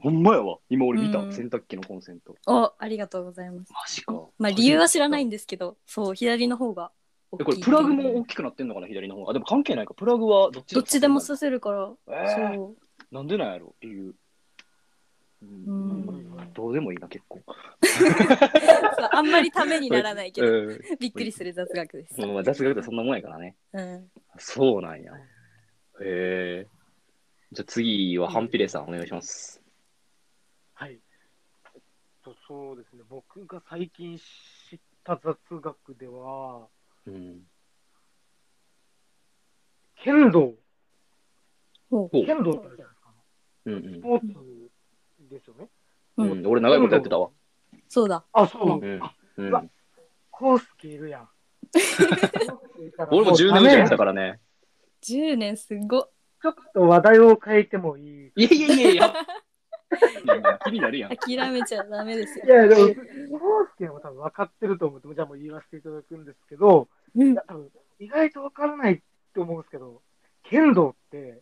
[SPEAKER 2] ほんまやわ。今俺見た、
[SPEAKER 1] うん
[SPEAKER 2] 洗濯機のコンセント。
[SPEAKER 1] おありがとうございます
[SPEAKER 2] マジか。
[SPEAKER 1] まあ理由は知らない
[SPEAKER 2] ん
[SPEAKER 1] んですけど、そう、左の方が大き
[SPEAKER 2] え
[SPEAKER 1] い。
[SPEAKER 2] これプラグも大きくなってんのかな、左の方が。あ、でも関係ないか。プラグはどっち
[SPEAKER 1] どっちでも
[SPEAKER 2] す。
[SPEAKER 1] させるから、
[SPEAKER 2] えー
[SPEAKER 1] そう。
[SPEAKER 2] なんでなんやろ理由。うん
[SPEAKER 1] うん
[SPEAKER 2] どうでもいいな、結構。
[SPEAKER 1] そうあんまりためにならないけど、
[SPEAKER 2] うん
[SPEAKER 1] びっくりする雑学です。
[SPEAKER 2] まあまあ雑学ってそんなもんやからね。
[SPEAKER 1] うん、
[SPEAKER 2] そうなんや。へえ。じゃあ次はハンピレさんお願いします。
[SPEAKER 3] はい。とそうですね、僕が最近知った雑学では、
[SPEAKER 2] うん。
[SPEAKER 3] 剣道、
[SPEAKER 1] ほ
[SPEAKER 2] ほう
[SPEAKER 3] 剣道ってあるじゃないですか。
[SPEAKER 2] うん
[SPEAKER 3] スポーツですよね。
[SPEAKER 1] う
[SPEAKER 2] うんん。うん、俺長いことやってたわ。
[SPEAKER 1] そうだ。
[SPEAKER 3] あ、そう。
[SPEAKER 2] うん
[SPEAKER 3] あ、
[SPEAKER 2] うん。
[SPEAKER 3] わコースケい るやん。
[SPEAKER 2] 俺も10年以上やってた
[SPEAKER 3] か
[SPEAKER 2] からね。
[SPEAKER 1] 10年すご
[SPEAKER 3] ら。ちょっと話題を変えてもいい。
[SPEAKER 2] い
[SPEAKER 3] い
[SPEAKER 2] やいやいやいや。 気になるやん
[SPEAKER 1] い。。諦めちゃダメですよ。
[SPEAKER 3] や、でも、コースケも多分分かってると思うじゃあもう言わせていただくんですけど、
[SPEAKER 1] うん
[SPEAKER 3] いや多分意外と分からないって思うんですけど、剣道って、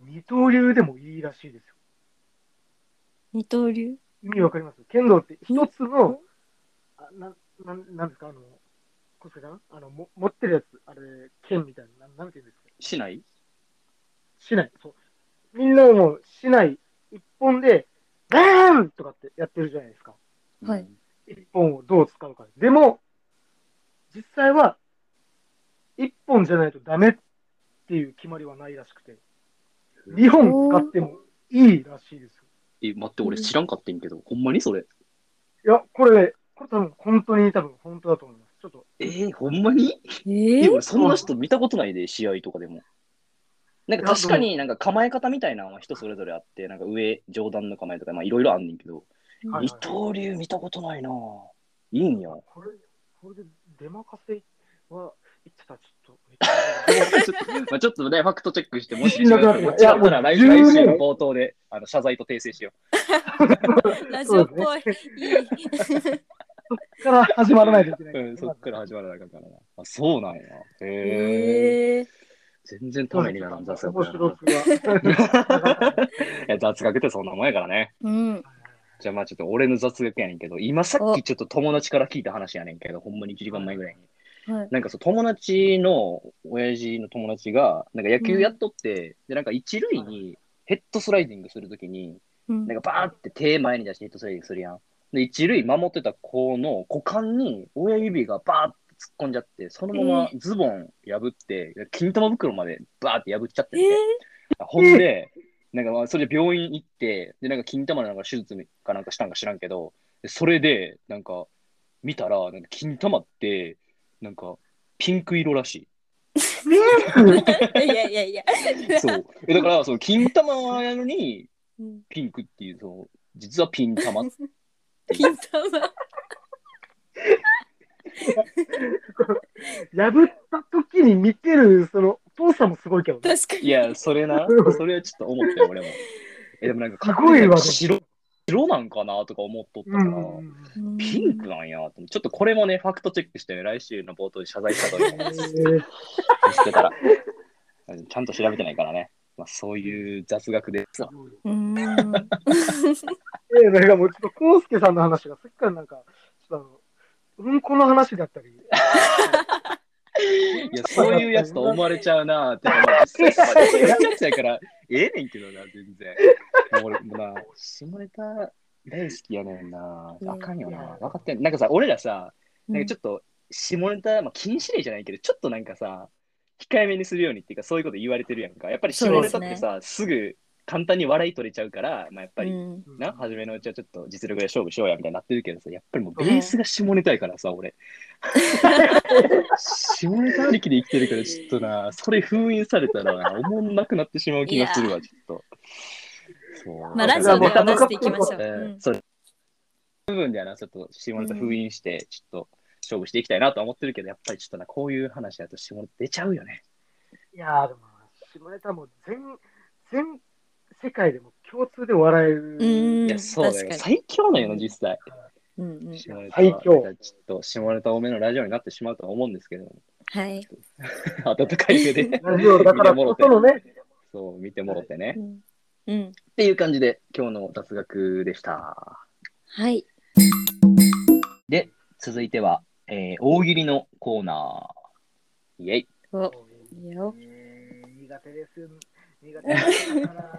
[SPEAKER 3] 二刀流でもいいらしいですよ。
[SPEAKER 1] 二刀流
[SPEAKER 3] 意味わかります剣道って一つの、あななんなんですか、あの、コスケさんあのも持ってるやつ、あれ、剣みたいな、なんなんて言うんですか
[SPEAKER 2] しない
[SPEAKER 3] 市内、そう。みんなもう市内一本で、ガーンとかってやってるじゃないですか。
[SPEAKER 1] はい。
[SPEAKER 3] 一本をどう使うか。でも、実際は、一本じゃないとダメっていう決まりはないらしくて、二本使ってもいいらしいですよ。
[SPEAKER 2] え、待って、俺知らんかってんけど、ほんまにそれ。
[SPEAKER 3] いや、これ、これ多分本当に多分本当だと思います。ちょっと、
[SPEAKER 2] えー、ほんまに
[SPEAKER 1] え
[SPEAKER 2] い
[SPEAKER 1] え
[SPEAKER 2] や、俺そんな人見たことないで、試合とかでも。なんか確かになんか構え方みたいなのは人それぞれあって、なんか上、上段の構えとか、まあいろいろあんねんけど、
[SPEAKER 3] はいはい
[SPEAKER 2] 二刀流見たことないなぁ。いいんや。
[SPEAKER 3] これ、これで出まかせは、言ってたらちょっとめっちゃ、
[SPEAKER 2] ちょ っと、まあ、ちょっとね、ファクトチェックして、もし違
[SPEAKER 3] いなくなってきた
[SPEAKER 2] うったら来
[SPEAKER 3] いやもう
[SPEAKER 2] 来
[SPEAKER 3] 十
[SPEAKER 2] 週の
[SPEAKER 3] 分
[SPEAKER 2] 冒頭であの謝罪と訂正しよ
[SPEAKER 1] ラジオっ ぽい。いい
[SPEAKER 3] から始まらないといけな
[SPEAKER 2] う。
[SPEAKER 3] い。
[SPEAKER 2] うん、そっから始まらなかったからな。あ、そうなんや。へえ。
[SPEAKER 1] ええ
[SPEAKER 2] 全然ためにならん、雑
[SPEAKER 3] 面
[SPEAKER 2] 学やな
[SPEAKER 3] 白くは。
[SPEAKER 2] いや雑学ってそんなもんやからね。
[SPEAKER 1] うん。
[SPEAKER 2] じゃあまあちょっと俺の雑学やねんけど、今さっきちょっと友達から聞いた話やねんけど、ほんまに1時間前ぐらいに。
[SPEAKER 1] はい。
[SPEAKER 2] なんかそう友達の、親父の友達が、なんか野球やっとって、で、なんか一塁にヘッドスライディングするときに、
[SPEAKER 1] うん
[SPEAKER 2] なんかバーンって手前に出してヘッドスライディングするやん。で、一塁守ってた子の股間に親指がバーって突っ込んじゃって、そのままズボン破って、金玉袋までバーって破っちゃって
[SPEAKER 1] え
[SPEAKER 2] て。
[SPEAKER 1] え
[SPEAKER 2] ほんで、なんかまあそれで病院行って、で、なんか金玉のなんか手術かなんかしたんか知らんけど、でそれで、なんか見たら、なんか金玉って、なんかピンク色らし
[SPEAKER 1] いやいやいや。
[SPEAKER 2] い。そう。えだから、その金玉やのに
[SPEAKER 1] うん
[SPEAKER 2] ピンクっていう、その、実はピン玉って
[SPEAKER 1] ピン玉。
[SPEAKER 3] 破った時に見てる、その、お父さんもすごいけどね。
[SPEAKER 1] 確かに。
[SPEAKER 2] いや、それ な、それはちょっと思ったよ、俺も。え、でもなんか、
[SPEAKER 3] すごいわ
[SPEAKER 2] 白、白なんかなとか思っとった
[SPEAKER 3] う
[SPEAKER 2] から、
[SPEAKER 3] ん。
[SPEAKER 1] うん
[SPEAKER 2] ピンクなんやと思ってちょっとこれもね、ファクトチェックして、来週の冒頭で謝罪したと思います。見つけたら。ちゃんと調べてないからね。まあ、そういう雑学ですわ。
[SPEAKER 1] うん。
[SPEAKER 3] えなんかもうちょっと、コウスケさんの話が、さっきからなんか、ちょっとあの、うんこの話だったり。
[SPEAKER 2] いや、そういうやつと思われちゃうなーって。実際そういうやつやから、ええねんけどな、全然。もう俺、もうな、下ネタ大好きやねんな。あかんよな。分かってん。なんかさ、俺らさ、なんかちょっと下ネタ、まあ、禁止令じゃないけど、ちょっとなんかさ、控えめにするようにっていうか、そういうこと言われてるやんか。やっぱり下ネタってさ、すぐ簡単に笑い取れちゃうから、まあ、やっぱり、
[SPEAKER 1] うん、
[SPEAKER 2] な、初めのうちはちょっと実力で勝負しようやみたいになってるけどさ、やっぱりもうベースが下ネタやからさ、俺。下ネタありきで生きてるから、ちょっとな、それ封印されたらな、おもんなくなってしまう気がするわ、ちょっと。そう
[SPEAKER 1] まあラジオでは出していきましょう。
[SPEAKER 2] えー
[SPEAKER 1] うん
[SPEAKER 2] そう。部分ではな、ちょっと下ネタ封印して、ちょっと勝負していきたいなとは思ってるけど、やっぱりちょっとな、こういう話だと下ネタ出ちゃうよね。
[SPEAKER 3] いやーでも、下ネタも全、全世界でも共通で笑える。
[SPEAKER 1] うん
[SPEAKER 2] いや、そうだ
[SPEAKER 1] 確
[SPEAKER 2] よ。
[SPEAKER 1] かに
[SPEAKER 2] 最強なんよな、実際。
[SPEAKER 1] うんうん
[SPEAKER 2] 下ネタは
[SPEAKER 3] 最強
[SPEAKER 2] ちょっと下ネタ多めのラジオになってしまうとは思うんですけれども、
[SPEAKER 1] はい。
[SPEAKER 2] 温かい目 で、
[SPEAKER 3] ラジオだからこそのね、
[SPEAKER 2] そう、見てもろてね。
[SPEAKER 1] うんうん。
[SPEAKER 2] っていう感じで、今日の雑学でした。
[SPEAKER 1] はい。
[SPEAKER 2] 続いては、えー大喜利のコーナー。イェイ。
[SPEAKER 1] お、いいよ。
[SPEAKER 3] えー苦手です。苦手ですから。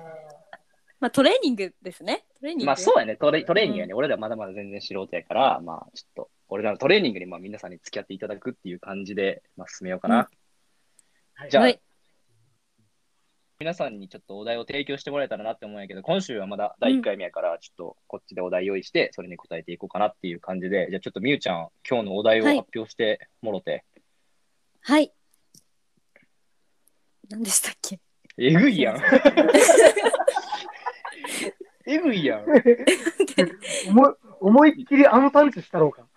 [SPEAKER 1] まあトレーニングですね。トレーニング。
[SPEAKER 2] まあそうやね、トレトレーニングやね、俺らまだまだ全然素人やから、まあちょっと、俺らのトレーニングにまあ皆さんに付き合っていただくっていう感じで、まあ、進めようかな。
[SPEAKER 1] うん
[SPEAKER 3] はい
[SPEAKER 2] じゃあ、
[SPEAKER 1] はい
[SPEAKER 2] 皆さんにちょっとお題を提供してもらえたらなって思うんやけど、今週はまだ第1回目やから、ちょっとこっちでお題用意して、それに答えていこうかなっていう感じで、じゃあちょっとみゆちゃん、今日のお題を
[SPEAKER 1] はい
[SPEAKER 2] 発表してもろて。
[SPEAKER 1] はい。何でしたっ け。
[SPEAKER 2] えぐいやん。えぐ いやん。
[SPEAKER 3] 思い思いっきりあのパンチしたろうか。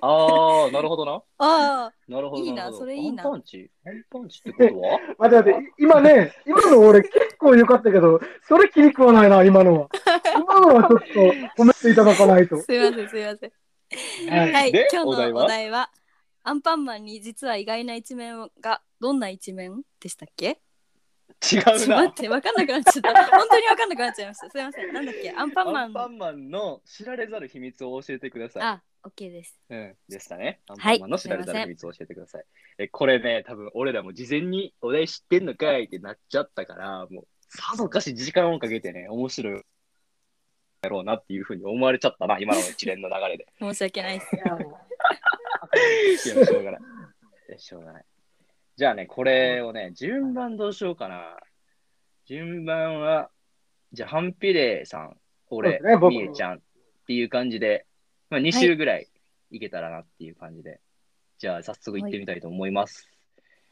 [SPEAKER 2] あー、なるほどな。
[SPEAKER 1] ああ、
[SPEAKER 2] なるほど。
[SPEAKER 1] いいな
[SPEAKER 2] るほど
[SPEAKER 1] それいいな
[SPEAKER 2] ワンパンチワンパンチってことは
[SPEAKER 3] 待って待って、今ね、今の俺結構良かったけど、それ気に食わないな、今のは。今のはちょっと褒めていただかないと。
[SPEAKER 1] すいません、すいません。
[SPEAKER 3] はい
[SPEAKER 1] はい
[SPEAKER 2] で、
[SPEAKER 1] 今
[SPEAKER 2] お
[SPEAKER 1] 日
[SPEAKER 2] 題
[SPEAKER 1] のお
[SPEAKER 2] は
[SPEAKER 1] 題は。アンパンマンに実は意外な一面がどんな一面でしたっけ？
[SPEAKER 2] 違
[SPEAKER 1] ちょっ
[SPEAKER 2] う
[SPEAKER 1] と待
[SPEAKER 2] な
[SPEAKER 1] っ。て、わかんなくなっちゃ った。本当にわかんなくなっちゃいました。すいません。なんだっけ、アンパンマ
[SPEAKER 2] ア
[SPEAKER 1] ン。
[SPEAKER 2] ンパンマンの知られざる秘密を教えてください。
[SPEAKER 1] あ、オッケーです。
[SPEAKER 2] うん、でしたね。アンパ
[SPEAKER 1] はい
[SPEAKER 2] ンマンの知られざる秘密を教えてください。え、これね、多分俺らも事前にお題知ってんのかいってなっちゃったから、もうさぞかし時間をかけてね、面白いだろうなっていうふうに思われちゃったな、今の一連の流れで。
[SPEAKER 1] 申し訳ないです。
[SPEAKER 3] いやも
[SPEAKER 2] いや、しょうがない。いやしょうがない。じゃあね、これをね、順番どうしようかな。順番は、じゃあ、ハンピレイさん、
[SPEAKER 3] そ
[SPEAKER 2] 俺、
[SPEAKER 3] うですね僕
[SPEAKER 2] みえちゃんっていう感じで、まあ、2週ぐらいいけたらなっていう感じで、じゃあ、早速行ってみたいと思います。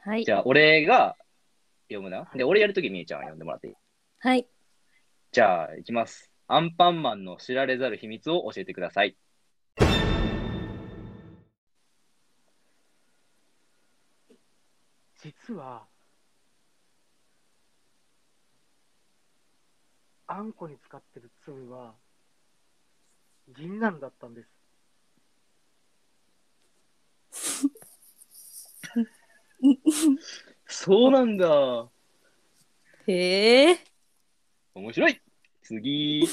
[SPEAKER 1] はい
[SPEAKER 2] じ。ゃあ、俺が読むな。で、俺やるときみえちゃんは読んでもらっていい
[SPEAKER 1] はい。
[SPEAKER 2] じゃあ、いきます。アンパンマンの知られざる秘密を教えてください。
[SPEAKER 3] う実は、あんこに使ってる粒は、銀杏だったんです。
[SPEAKER 2] そうなんだ。
[SPEAKER 1] へえ。
[SPEAKER 2] 面白い。次。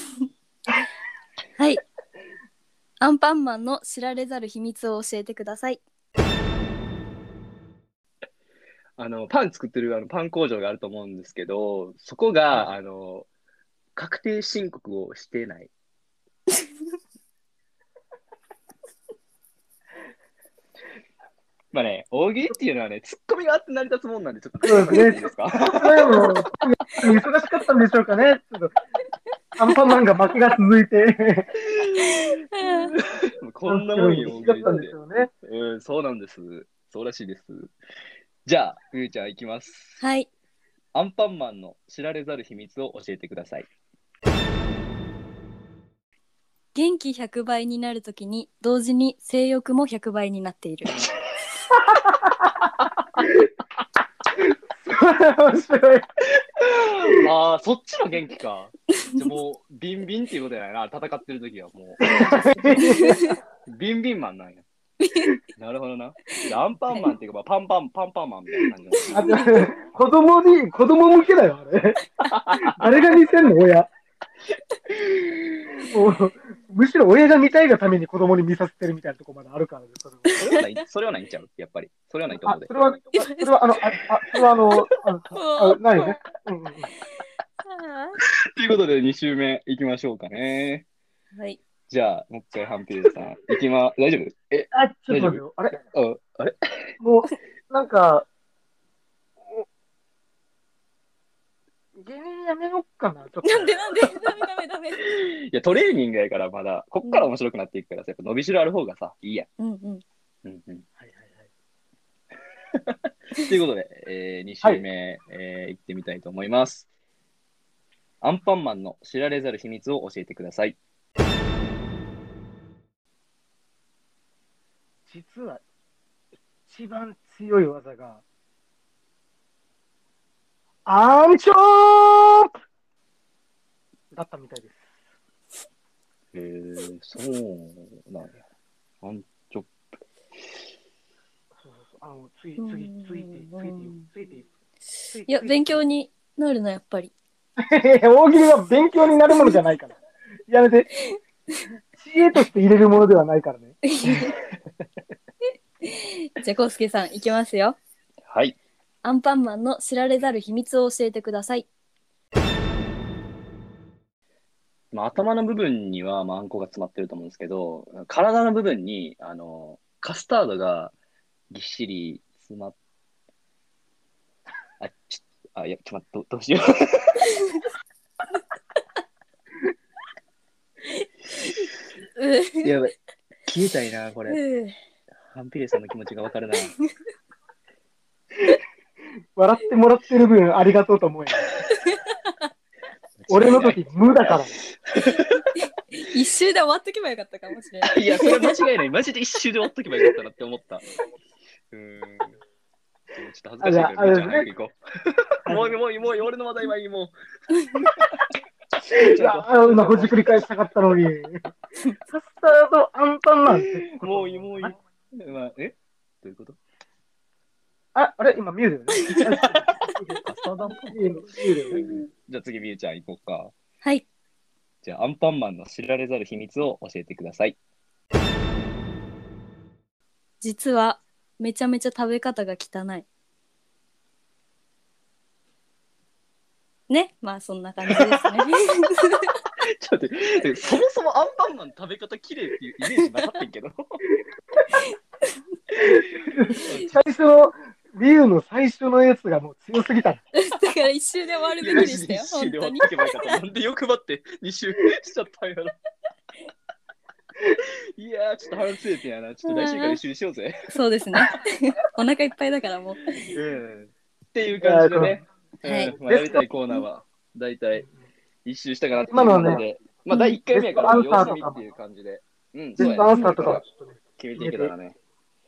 [SPEAKER 1] はい。アンパンマンの知られざる秘密を教えてください。
[SPEAKER 2] あの、パン作ってるあのパン工場があると思うんですけど、そこが、あの、確定申告をしてない。 まあね、大喜利っていうのはね、ツッコミがあって成り立つもんなんで、ちょっと
[SPEAKER 3] そうですね
[SPEAKER 2] いいです か
[SPEAKER 3] でも忙しかったんでしょうかね。ちょっとアンパンマンが負けが続いて、
[SPEAKER 2] こんなもんよ、大喜
[SPEAKER 3] 忙しか
[SPEAKER 2] 利
[SPEAKER 3] っ
[SPEAKER 2] った
[SPEAKER 3] んでしょうね。
[SPEAKER 2] て。うん、そうなんです。そうらしいです。じゃあ、ゆうちゃんいきます。
[SPEAKER 1] はい。
[SPEAKER 2] アンパンマンの知られざる秘密を教えてください。
[SPEAKER 1] 元気100倍になるときに同時に性欲も100倍になっている。
[SPEAKER 3] 面白い。
[SPEAKER 2] ああ、そっちの元気か。じゃあもう、ビンビンっていうことやないな、戦ってる時はもう。ビンビンマンなんや。なるほどな。アンパンマンっていうか、まあパンパン、パンパンマンみたいな感じ
[SPEAKER 3] あと子供に、子供向けだよ、あれ。あれが似てんの、親。もうむしろ親が見たいがために子供に見させてるみたいなとこまであるからね、それは。
[SPEAKER 2] それはない、それはないんちゃうやっぱり。それはないと思
[SPEAKER 3] あ
[SPEAKER 2] うで
[SPEAKER 3] そ。れは、それは、あの、あ、あそれはあの、あの、あないよね。うんうんうん
[SPEAKER 2] ということで、2週目いきましょうかね。
[SPEAKER 1] はい。
[SPEAKER 2] じゃあ、もう一回、ハンピーさん。いきま、大丈夫え、
[SPEAKER 3] あ、ちょっと待ってよ。あれ
[SPEAKER 2] ああれ
[SPEAKER 3] もう、なんか、お芸人やめようかな、ちょっと。
[SPEAKER 1] なんでなんでダメダメダメ。
[SPEAKER 2] いや、トレーニングやからまだ、こっから面白くなっていくからさ、やっぱ伸びしろある方がさ、いいや
[SPEAKER 1] うんうん。
[SPEAKER 2] ん。うんうん。
[SPEAKER 3] はいは
[SPEAKER 2] ということで、え2週目、えー行ってみたいと思います。アンパンマンの知られざる秘密を教えてください。
[SPEAKER 3] いはい。実は、一番強い技が、アンチョープだったみたいです。
[SPEAKER 2] へー、そうなんや。アンチョッ
[SPEAKER 3] そうそうそう。あの、つい、
[SPEAKER 1] うん
[SPEAKER 3] 次、ついて、ついてよ、ついてよ。つい
[SPEAKER 1] いや、勉強。になるな、やっぱり。
[SPEAKER 3] ついてよ 大喜利は勉強になるものじゃないから。やめて。知恵として入れるものではないからね。
[SPEAKER 1] じゃあ、こうすけさん、いきますよ。
[SPEAKER 2] プ。はい。
[SPEAKER 1] アンパンマンの知られざる秘密を教えてください。
[SPEAKER 2] まあ、頭の部分には、まあ、あんこが詰まってると思うんですけど、体の部分に、あの、カスタードがぎっしり詰まっ、あ、ちょ、あ、いや、ちょっと待って、どどうしよう。
[SPEAKER 1] うう
[SPEAKER 2] やばい。消えたいな、これ。
[SPEAKER 1] う
[SPEAKER 2] ハンピレさんの気持ちがわかる な。
[SPEAKER 3] 笑ってもらってる分ありがとうと思えよ。俺の時無だから。
[SPEAKER 1] 一周で終わっとけばよかったかもしれない。
[SPEAKER 2] いや、それ間違いない。マジで一周で終わっとけばよかったなって思った。うーん。ちょっと恥ずかしいから、み
[SPEAKER 3] あじゃあ
[SPEAKER 2] ーちゃん早く
[SPEAKER 3] あれで
[SPEAKER 2] 行こう。もういい、もういい、もういい、俺の話題はいい、も
[SPEAKER 3] いや、あの、ほじくり返したかったのに。カスタードアンパンマンって
[SPEAKER 2] う。
[SPEAKER 3] こと
[SPEAKER 2] もういい、もういい。まあ、えどういうこと
[SPEAKER 3] あ、あれ今ミューだよね。
[SPEAKER 2] カスタードアンパン
[SPEAKER 3] ミューだよね。
[SPEAKER 2] じゃあ次、みーちゃん行こうか。
[SPEAKER 1] はい。
[SPEAKER 2] じゃあ、アンパンマンの知られざる秘密を教えてください。
[SPEAKER 1] 実は、めちゃめちゃ食べ方が汚い。ね。まあ、そんな感じです ね。
[SPEAKER 2] ちょっと待って、そもそもアンパンマン食べ方綺麗っていうイメージなかったん けど。
[SPEAKER 3] 最初の、ミューの最初のやつがもう強すぎた。
[SPEAKER 1] だから一周で終わるべきでしたよ、本当に。
[SPEAKER 2] 終わっとけばよかったなんで欲張って2周しちゃったんやろ。いやー、ちょっと反省点やな。ちょっと来週から一緒にしようぜ。
[SPEAKER 1] そうですね。お腹いっぱいだからもう。
[SPEAKER 2] うん。っていう感じでね。
[SPEAKER 1] はい
[SPEAKER 2] うんまあ、やりたいコーナーは、大体一周したかなって
[SPEAKER 3] 今のはね
[SPEAKER 2] いうで。まあ、第1回目やから、
[SPEAKER 3] ベストア
[SPEAKER 2] 様
[SPEAKER 3] ンサーとか
[SPEAKER 2] 子見っ
[SPEAKER 3] も
[SPEAKER 2] ていう感じで。うん、
[SPEAKER 3] ベ
[SPEAKER 2] そう
[SPEAKER 3] ス
[SPEAKER 2] や
[SPEAKER 3] ト
[SPEAKER 2] ね
[SPEAKER 3] アンサーとかはちょっとね。
[SPEAKER 2] 決めていけたらね。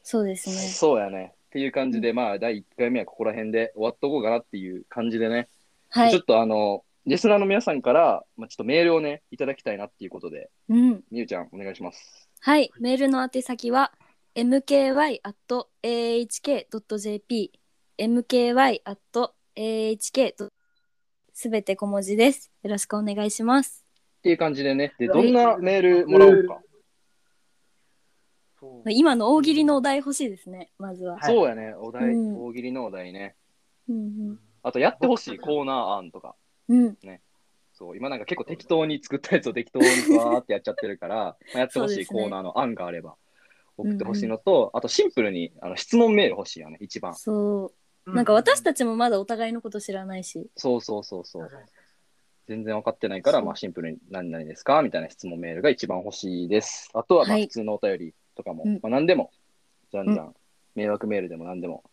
[SPEAKER 1] そうですね。
[SPEAKER 2] そうやね。っていう感じで、まあ、第1回目はここら辺で終わっとこうかなっていう感じでね。
[SPEAKER 1] は
[SPEAKER 2] ちょっ
[SPEAKER 1] い。
[SPEAKER 2] とあの、リスナーの皆さんから、まあ、ちょっとメールをね、いただきたいなっていうことで、
[SPEAKER 1] うん。
[SPEAKER 2] みゆちゃん、お願いします。
[SPEAKER 1] はい。メールの宛先は、mky.ahk.jp、mky.ahk. すべて小文字です。よろしくお願いします。
[SPEAKER 2] っていう感じでね、で、
[SPEAKER 3] はい
[SPEAKER 2] どんなメールもらおうか。
[SPEAKER 3] そう
[SPEAKER 1] 今の大喜利のお題欲しいですね、まずは。
[SPEAKER 3] はい
[SPEAKER 2] そうやね、お題、
[SPEAKER 1] うん
[SPEAKER 2] 大喜利のお題ね。
[SPEAKER 1] うん
[SPEAKER 2] あと、やってほしいコーナー案とか。
[SPEAKER 1] うん。うん。
[SPEAKER 2] そう、今なんか結構適当に作ったやつを適当にわーってやっちゃって るから、まあやってほ
[SPEAKER 1] そう
[SPEAKER 2] しい
[SPEAKER 1] ですね
[SPEAKER 2] コーナーの案があれば送ってほしいのと、あとシンプルにあの質問メール欲しいよね、一番。
[SPEAKER 1] そうう。なんか私たちもまだお互いのこと知らないし。
[SPEAKER 2] そうそうそうそう。
[SPEAKER 3] はい
[SPEAKER 2] 全然分かってないから、
[SPEAKER 1] そう
[SPEAKER 2] まあシンプルに何々ですかみたいな質問メールが一番欲しいです。あとはまあ
[SPEAKER 1] はい
[SPEAKER 2] 普通のお便りとかも、
[SPEAKER 1] うん
[SPEAKER 2] まあ何でも、じゃんじゃん、迷惑メールでも何でも、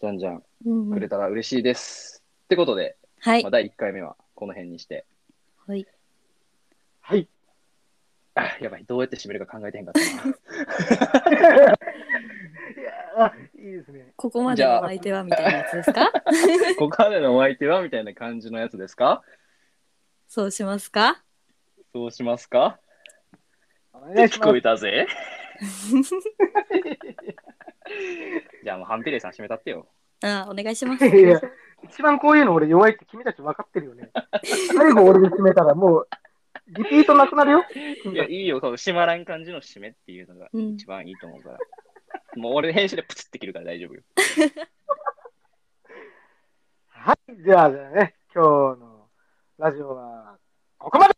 [SPEAKER 2] じゃんじゃん
[SPEAKER 1] うんう
[SPEAKER 2] く
[SPEAKER 1] ん
[SPEAKER 2] れたら嬉しいです。ってことで、
[SPEAKER 1] はい
[SPEAKER 2] まあ、。第1回目はこの辺にして、
[SPEAKER 1] はい。
[SPEAKER 3] はい。
[SPEAKER 2] あやばい、どうやって締めるか考えてへん かった
[SPEAKER 3] いやーいいですね。
[SPEAKER 1] ここまでのお相手はみたいなやつですか
[SPEAKER 2] な。ここまでのお相手はみたいな感じのやつですか
[SPEAKER 1] そうしますか
[SPEAKER 2] そうしますか
[SPEAKER 3] お
[SPEAKER 2] って
[SPEAKER 3] 願いし
[SPEAKER 2] 聞
[SPEAKER 3] ます
[SPEAKER 2] こえ。たぜ。じゃあもうハンピレイさん締めたってよ。
[SPEAKER 1] ああお願いします。
[SPEAKER 3] いや、一番こういうの俺弱いって君たち分かってるよね。最後俺で決めたらもう、リピートなくなるよ。
[SPEAKER 2] いや、いいよ、その締まらん感じの締めっていうのが
[SPEAKER 1] うん
[SPEAKER 2] 一、番いいと思 うから。もう俺編集でプツって切るから大丈夫よ。
[SPEAKER 3] はい、 じゃあね、今日のラジオはここまで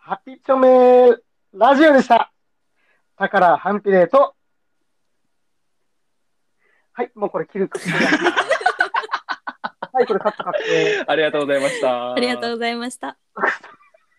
[SPEAKER 3] ハピチョメラジオでしただからハンピレーと、はい、もうこれ切るか。はい、
[SPEAKER 4] はい、これカット確定。
[SPEAKER 3] ありがとうございました。
[SPEAKER 2] ありがとうございました。